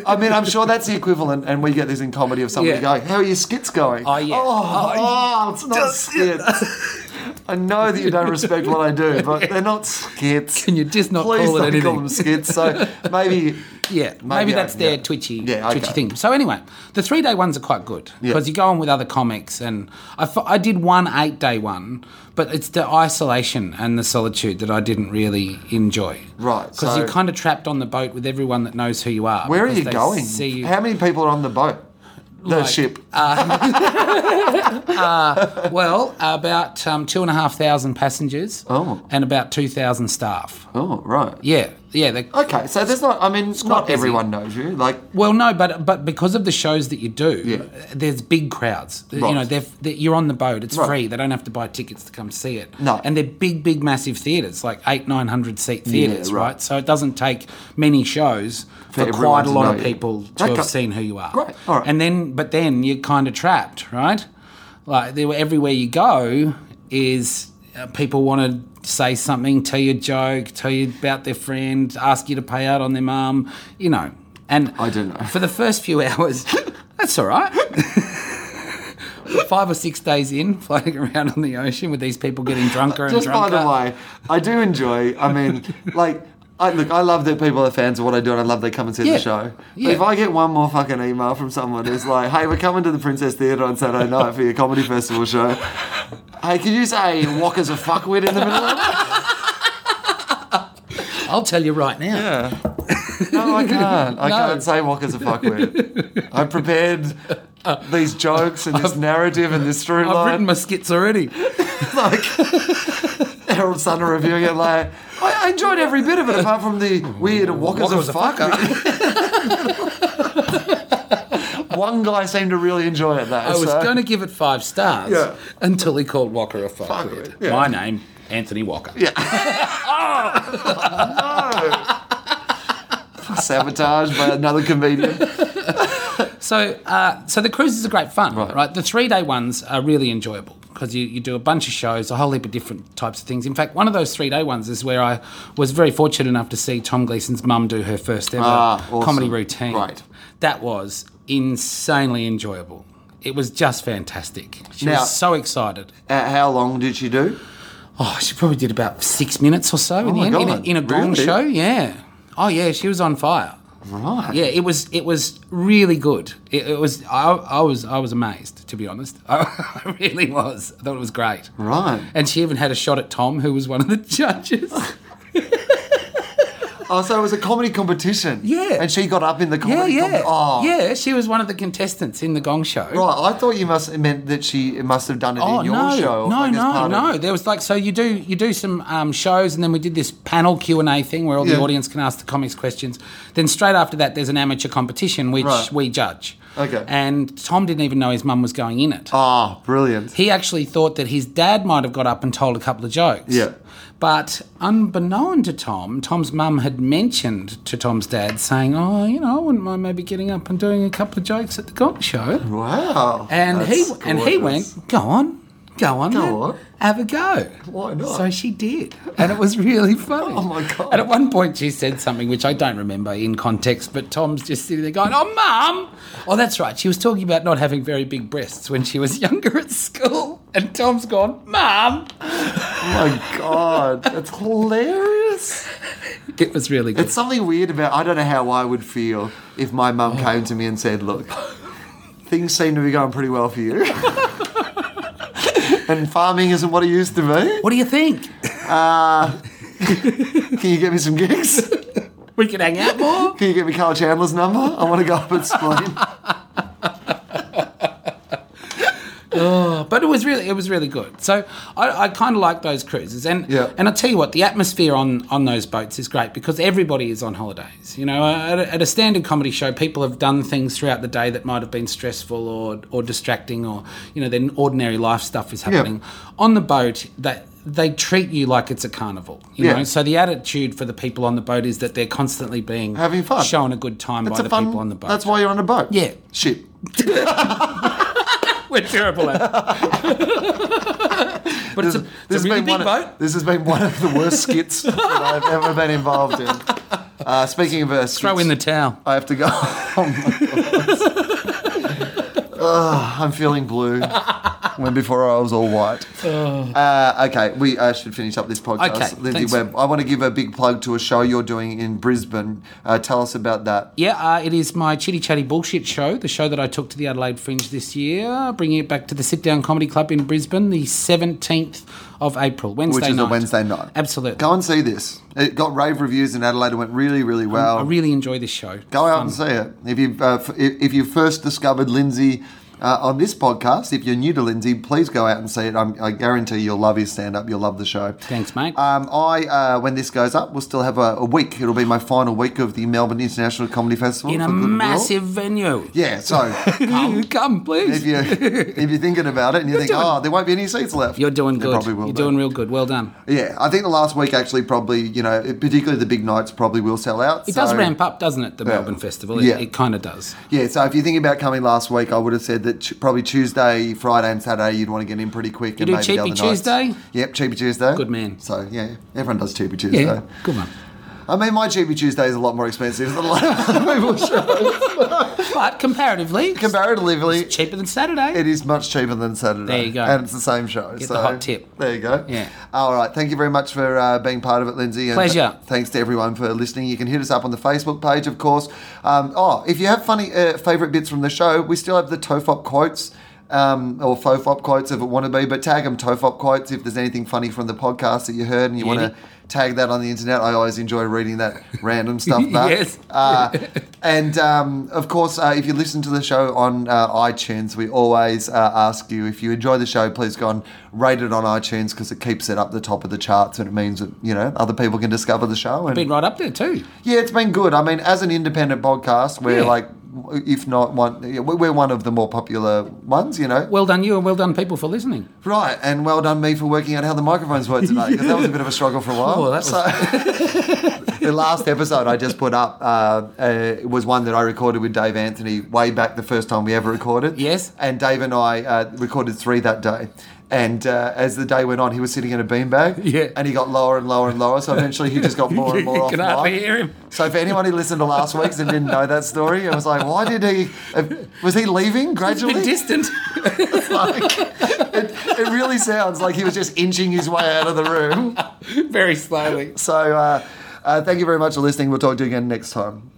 Speaker 3: I mean, I'm sure that's the equivalent, and we get this in comedy of somebody
Speaker 4: Yeah.
Speaker 3: going, "How are your skits going?"
Speaker 4: Oh, yeah.
Speaker 3: Oh, oh, it's not skits. I know that you don't respect what I do, but they're not skits.
Speaker 4: Can you just not
Speaker 3: Please
Speaker 4: call it
Speaker 3: don't
Speaker 4: anything?
Speaker 3: call them skits. So maybe
Speaker 4: Yeah, maybe,
Speaker 3: Maybe I
Speaker 4: that's
Speaker 3: can
Speaker 4: their
Speaker 3: go-
Speaker 4: twitchy,
Speaker 3: Yeah, okay.
Speaker 4: twitchy thing. So anyway, the three day ones are quite good
Speaker 3: Yeah.
Speaker 4: because you go on with other comics, and I, fo- I did one eight day one, but it's the isolation and the solitude that I didn't really enjoy.
Speaker 3: Right,
Speaker 4: because
Speaker 3: so-
Speaker 4: you're kind of trapped on the boat with everyone that knows who you are.
Speaker 3: Where are
Speaker 4: because
Speaker 3: you
Speaker 4: they
Speaker 3: going?
Speaker 4: See you.
Speaker 3: How many people are on the boat? The
Speaker 4: Like- uh,
Speaker 3: ship.
Speaker 4: well, about um, two and a half thousand passengers,
Speaker 3: Oh.
Speaker 4: and about two thousand staff.
Speaker 3: oh, right.
Speaker 4: Yeah, yeah. They're,
Speaker 3: Okay, so there's not. I mean, not
Speaker 4: busy.
Speaker 3: everyone knows you. Like,
Speaker 4: Well, no, but but because of the shows that you do,
Speaker 3: Yeah.
Speaker 4: there's big crowds.
Speaker 3: Right.
Speaker 4: You know, they're, they you're on the boat. It's
Speaker 3: Right.
Speaker 4: free. They don't have to buy tickets to come see it.
Speaker 3: No.
Speaker 4: and they're big, big, massive theaters, like eight, nine hundred seat theaters,
Speaker 3: right.
Speaker 4: right. So it doesn't take many shows
Speaker 3: For
Speaker 4: for,
Speaker 3: everyone
Speaker 4: quite a
Speaker 3: to
Speaker 4: lot
Speaker 3: know
Speaker 4: of
Speaker 3: you.
Speaker 4: people to
Speaker 3: Okay.
Speaker 4: have seen who you are.
Speaker 3: Great. All right.
Speaker 4: And then, but then you're kind of trapped, right? Like there, everywhere you go is uh, people want to say something, tell you a joke, tell you about their friend, ask you to pay out on their mum, you know. And
Speaker 3: I don't know.
Speaker 4: For the first few hours, that's all right. Five or six days in, floating around on the ocean with these people getting drunker and
Speaker 3: just by
Speaker 4: drunker.
Speaker 3: the way, I do enjoy. I mean, like, I, look, I love that people are fans of what I do, and I love they come and see
Speaker 4: Yeah.
Speaker 3: the show.
Speaker 4: Yeah.
Speaker 3: But if I get one more fucking email from someone who's like, "Hey, we're coming to the Princess Theatre on Saturday night for your comedy festival show," hey, can you say Walker's a fuckwit in the middle of it?
Speaker 4: I'll tell you right now.
Speaker 3: No, I can't. I
Speaker 4: No.
Speaker 3: can't say Walker's a fuckwit. I prepared these jokes and this narrative and this storyline.
Speaker 4: I've written my skits already.
Speaker 3: like Harold Sutter reviewing it like I, I enjoyed every bit of it apart from the weird walkers
Speaker 4: Walker was a
Speaker 3: of fucker. One guy seemed to really enjoy it uh, though.
Speaker 4: I was going to give it five stars
Speaker 3: Yeah.
Speaker 4: until he called Walker a fuckwit.
Speaker 3: Fuckwit, yeah.
Speaker 4: My name, Anthony Walker.
Speaker 3: sabotage by another comedian.
Speaker 4: So, uh, so the cruises are great fun,
Speaker 3: Right.
Speaker 4: right? The three day ones are really enjoyable because you, you do a bunch of shows, a whole heap of different types of things. In fact, one of those three day ones is where I was very fortunate enough to see Tom Gleason's mum do her first ever
Speaker 3: Ah, awesome.
Speaker 4: comedy routine.
Speaker 3: Right.
Speaker 4: That was insanely enjoyable. It was just fantastic. She
Speaker 3: Now-
Speaker 4: was so excited.
Speaker 3: Uh, how long did she do?
Speaker 4: Oh, she probably did about six minutes or so in the
Speaker 3: my
Speaker 4: end in a,
Speaker 3: God,
Speaker 4: in a gong
Speaker 3: really?
Speaker 4: show. Yeah. Oh yeah, she was on fire.
Speaker 3: Right.
Speaker 4: Yeah, it was it was really good. It, it was I, I was I was amazed to be honest. I, really was. I thought it was great.
Speaker 3: Right.
Speaker 4: And she even had a shot at Tom, who was one of the judges.
Speaker 3: Oh, so it was a comedy competition.
Speaker 4: Yeah.
Speaker 3: And she got up in the
Speaker 4: yeah,
Speaker 3: comedy.
Speaker 4: yeah,
Speaker 3: comp- oh.
Speaker 4: yeah. She was one of the contestants in the Gong Show.
Speaker 3: Right. I thought you must it meant that she must have done it
Speaker 4: Oh
Speaker 3: in your
Speaker 4: no,
Speaker 3: show.
Speaker 4: no,
Speaker 3: like, as
Speaker 4: no,
Speaker 3: part of-
Speaker 4: no! There was like so you do you do some um, shows, and then we did this panel Q and A thing where all
Speaker 3: Yeah.
Speaker 4: the audience can ask the comics questions. Then straight after that, there's an amateur competition which
Speaker 3: Right.
Speaker 4: we judge.
Speaker 3: Okay.
Speaker 4: And Tom didn't even know his mum was going in it.
Speaker 3: Ah, brilliant.
Speaker 4: He actually thought that his dad might have got up and told a couple of jokes.
Speaker 3: Yeah.
Speaker 4: But unbeknown to Tom, Tom's mum had mentioned to Tom's dad, saying, Oh, you know, I wouldn't mind maybe getting up and doing a couple of jokes at the gong show.
Speaker 3: Wow.
Speaker 4: And he
Speaker 3: That's
Speaker 4: and he
Speaker 3: gorgeous.
Speaker 4: went, go on, go on,
Speaker 3: Go
Speaker 4: then.
Speaker 3: on.
Speaker 4: have a go.
Speaker 3: Why not?
Speaker 4: So she did, and it was really funny.
Speaker 3: Oh, my God.
Speaker 4: And at one point, she said something which I don't remember in context, but Tom's just sitting there going, "Oh, mum!" Oh, that's right. She was talking about not having very big breasts when she was younger at school, and Tom's gone, "Mum."
Speaker 3: Oh my god, that's hilarious.
Speaker 4: It was really good.
Speaker 3: It's something weird about. I don't know how I would feel if my
Speaker 4: Oh.
Speaker 3: mum came to me and said, "Look, things seem to be going pretty well for you." And farming isn't what it used to be.
Speaker 4: what do you think?
Speaker 3: Can you get me some gigs?
Speaker 4: We could hang out more.
Speaker 3: Can you get me Carl Chandler's number? I want to go up and spleen.
Speaker 4: but it was really it was really good. So I, I kind of like those cruises, and
Speaker 3: Yeah.
Speaker 4: and I tell you what, the atmosphere on on those boats is great because everybody is on holidays. You know, at a, at a standard comedy show, people have done things throughout the day that might have been stressful or or distracting, or you know, their ordinary life stuff is happening. On the boat, that they treat you like it's a carnival. You
Speaker 3: Yeah.
Speaker 4: know, so the attitude for the people on the boat is that they're constantly being
Speaker 3: Having fun.
Speaker 4: shown a good time
Speaker 3: It's
Speaker 4: by
Speaker 3: a
Speaker 4: the
Speaker 3: fun.
Speaker 4: people on the boat.
Speaker 3: That's why you're on a boat.
Speaker 4: Yeah.
Speaker 3: Shit.
Speaker 4: we're terrible at. it. but it's a, it's a really big
Speaker 3: one
Speaker 4: boat.
Speaker 3: Of, this has been one of the worst skits that I've ever been involved in. Uh, speaking of uh,
Speaker 4: Throw
Speaker 3: skits-
Speaker 4: in the towel.
Speaker 3: I have to go. Oh my God. Ugh, I'm feeling blue. When before I was all white. Uh, okay, we uh, should finish up this podcast.
Speaker 4: Okay,
Speaker 3: Lindsay
Speaker 4: thanks.
Speaker 3: Webb, I want to give a big plug to a show you're doing in Brisbane. Uh, tell us about that.
Speaker 4: Yeah, uh, it is my Chitty Chatty Bullshit show, the show that I took to the Adelaide Fringe this year, bringing it back to the Sit Down Comedy Club in Brisbane, the 17th of April, Wednesday
Speaker 3: Which is
Speaker 4: night.
Speaker 3: a Wednesday night.
Speaker 4: Absolutely.
Speaker 3: Go and see this. It got rave reviews in Adelaide. It went really, really well.
Speaker 4: I really enjoy this show.
Speaker 3: Go out and see it. If you uh, f- if if you first discovered Lindsay uh, on this podcast, if you're new to Lindsay, please go out and see it. I'm, I guarantee you'll love his stand up. You'll love the show.
Speaker 4: Thanks, mate.
Speaker 3: Um, I uh, when this goes up, we'll still have a, a week. It'll be my final week of the Melbourne International Comedy Festival
Speaker 4: in a
Speaker 3: for Goodwill.
Speaker 4: massive venue.
Speaker 3: Yeah, so
Speaker 4: Come, come
Speaker 3: if
Speaker 4: please.
Speaker 3: you if you're thinking about it and you think,
Speaker 4: doing-
Speaker 3: oh, there won't be any seats left,
Speaker 4: You're doing
Speaker 3: There
Speaker 4: good.
Speaker 3: probably will
Speaker 4: You're
Speaker 3: be.
Speaker 4: doing real good. Well done.
Speaker 3: Yeah, I think the last week actually probably you know particularly the big nights probably will sell out.
Speaker 4: It does
Speaker 3: so-
Speaker 4: ramp up, doesn't it, the Melbourne Festival? It,
Speaker 3: Yeah.
Speaker 4: it kind of does.
Speaker 3: Yeah, so if you're thinking about coming last week, I would have said that ch- probably Tuesday, Friday, and Saturday you'd want to get in pretty quick. and
Speaker 4: do
Speaker 3: maybe the
Speaker 4: Cheapy
Speaker 3: other nights.
Speaker 4: Tuesday?
Speaker 3: Yep, Cheapy Tuesday.
Speaker 4: Good man.
Speaker 3: So yeah, everyone does Cheapy Tuesday.
Speaker 4: Yeah, good one.
Speaker 3: I mean, my Cheapy Tuesday is a lot more expensive than a lot of other people's shows.
Speaker 4: But comparatively, it's
Speaker 3: Comparatively,
Speaker 4: cheaper than Saturday.
Speaker 3: it is much cheaper than Saturday.
Speaker 4: There you go.
Speaker 3: And it's the same show.
Speaker 4: Get
Speaker 3: so
Speaker 4: the hot tip.
Speaker 3: There you go.
Speaker 4: Yeah.
Speaker 3: All right. Thank you very much for uh, being part of it, Lindsay. And
Speaker 4: Pleasure.
Speaker 3: th- thanks to everyone for listening. You can hit us up on the Facebook page, of course. Um, oh, if you have funny uh, favourite bits from the show, we still have the TOEFOP quotes. Um, or fofop quotes if it want to be, but tag them tofop quotes if there's anything funny from the podcast that you heard and you want
Speaker 4: Yeah.
Speaker 3: to tag that on the internet. I always enjoy reading that random stuff. back.
Speaker 4: Yes.
Speaker 3: Uh, and um, of course, uh, if you listen to the show on uh, iTunes, we always uh, ask you if you enjoy the show, please go and rate it on iTunes because it keeps it up the top of the charts and it means that you know other people can discover the show. And
Speaker 4: Been right up there, too.
Speaker 3: yeah, it's been good. I mean, as an independent podcast, we're
Speaker 4: Yeah.
Speaker 3: like, if not one, yeah, we- we're one of the more popular ones. You know,
Speaker 4: Well done, you, and well done, people, for listening.
Speaker 3: right? And well done me for working out how the microphones work today because that was a bit of a struggle for a while.
Speaker 4: Oh, that was-
Speaker 3: the last episode I just put up uh, uh, was one that I recorded with Dave Anthony way back the first time we ever recorded.
Speaker 4: Yes.
Speaker 3: And Dave and I uh, recorded three that day. And uh, as the day went on, he was sitting in a beanbag.
Speaker 4: Yeah.
Speaker 3: And he got lower and lower and lower. So eventually he just got more and Oh, more
Speaker 4: You
Speaker 3: off
Speaker 4: can hardly
Speaker 3: mic.
Speaker 4: hear him.
Speaker 3: So for anyone who listened to last week's and didn't know that story, it was like, why did he? uh, Was he leaving
Speaker 4: A
Speaker 3: gradually?
Speaker 4: bit distant.
Speaker 3: Like, it, it really sounds like he was just inching his way out of the room.
Speaker 4: Very slowly.
Speaker 3: So uh, uh, thank you very much for listening. We'll talk to you again next time.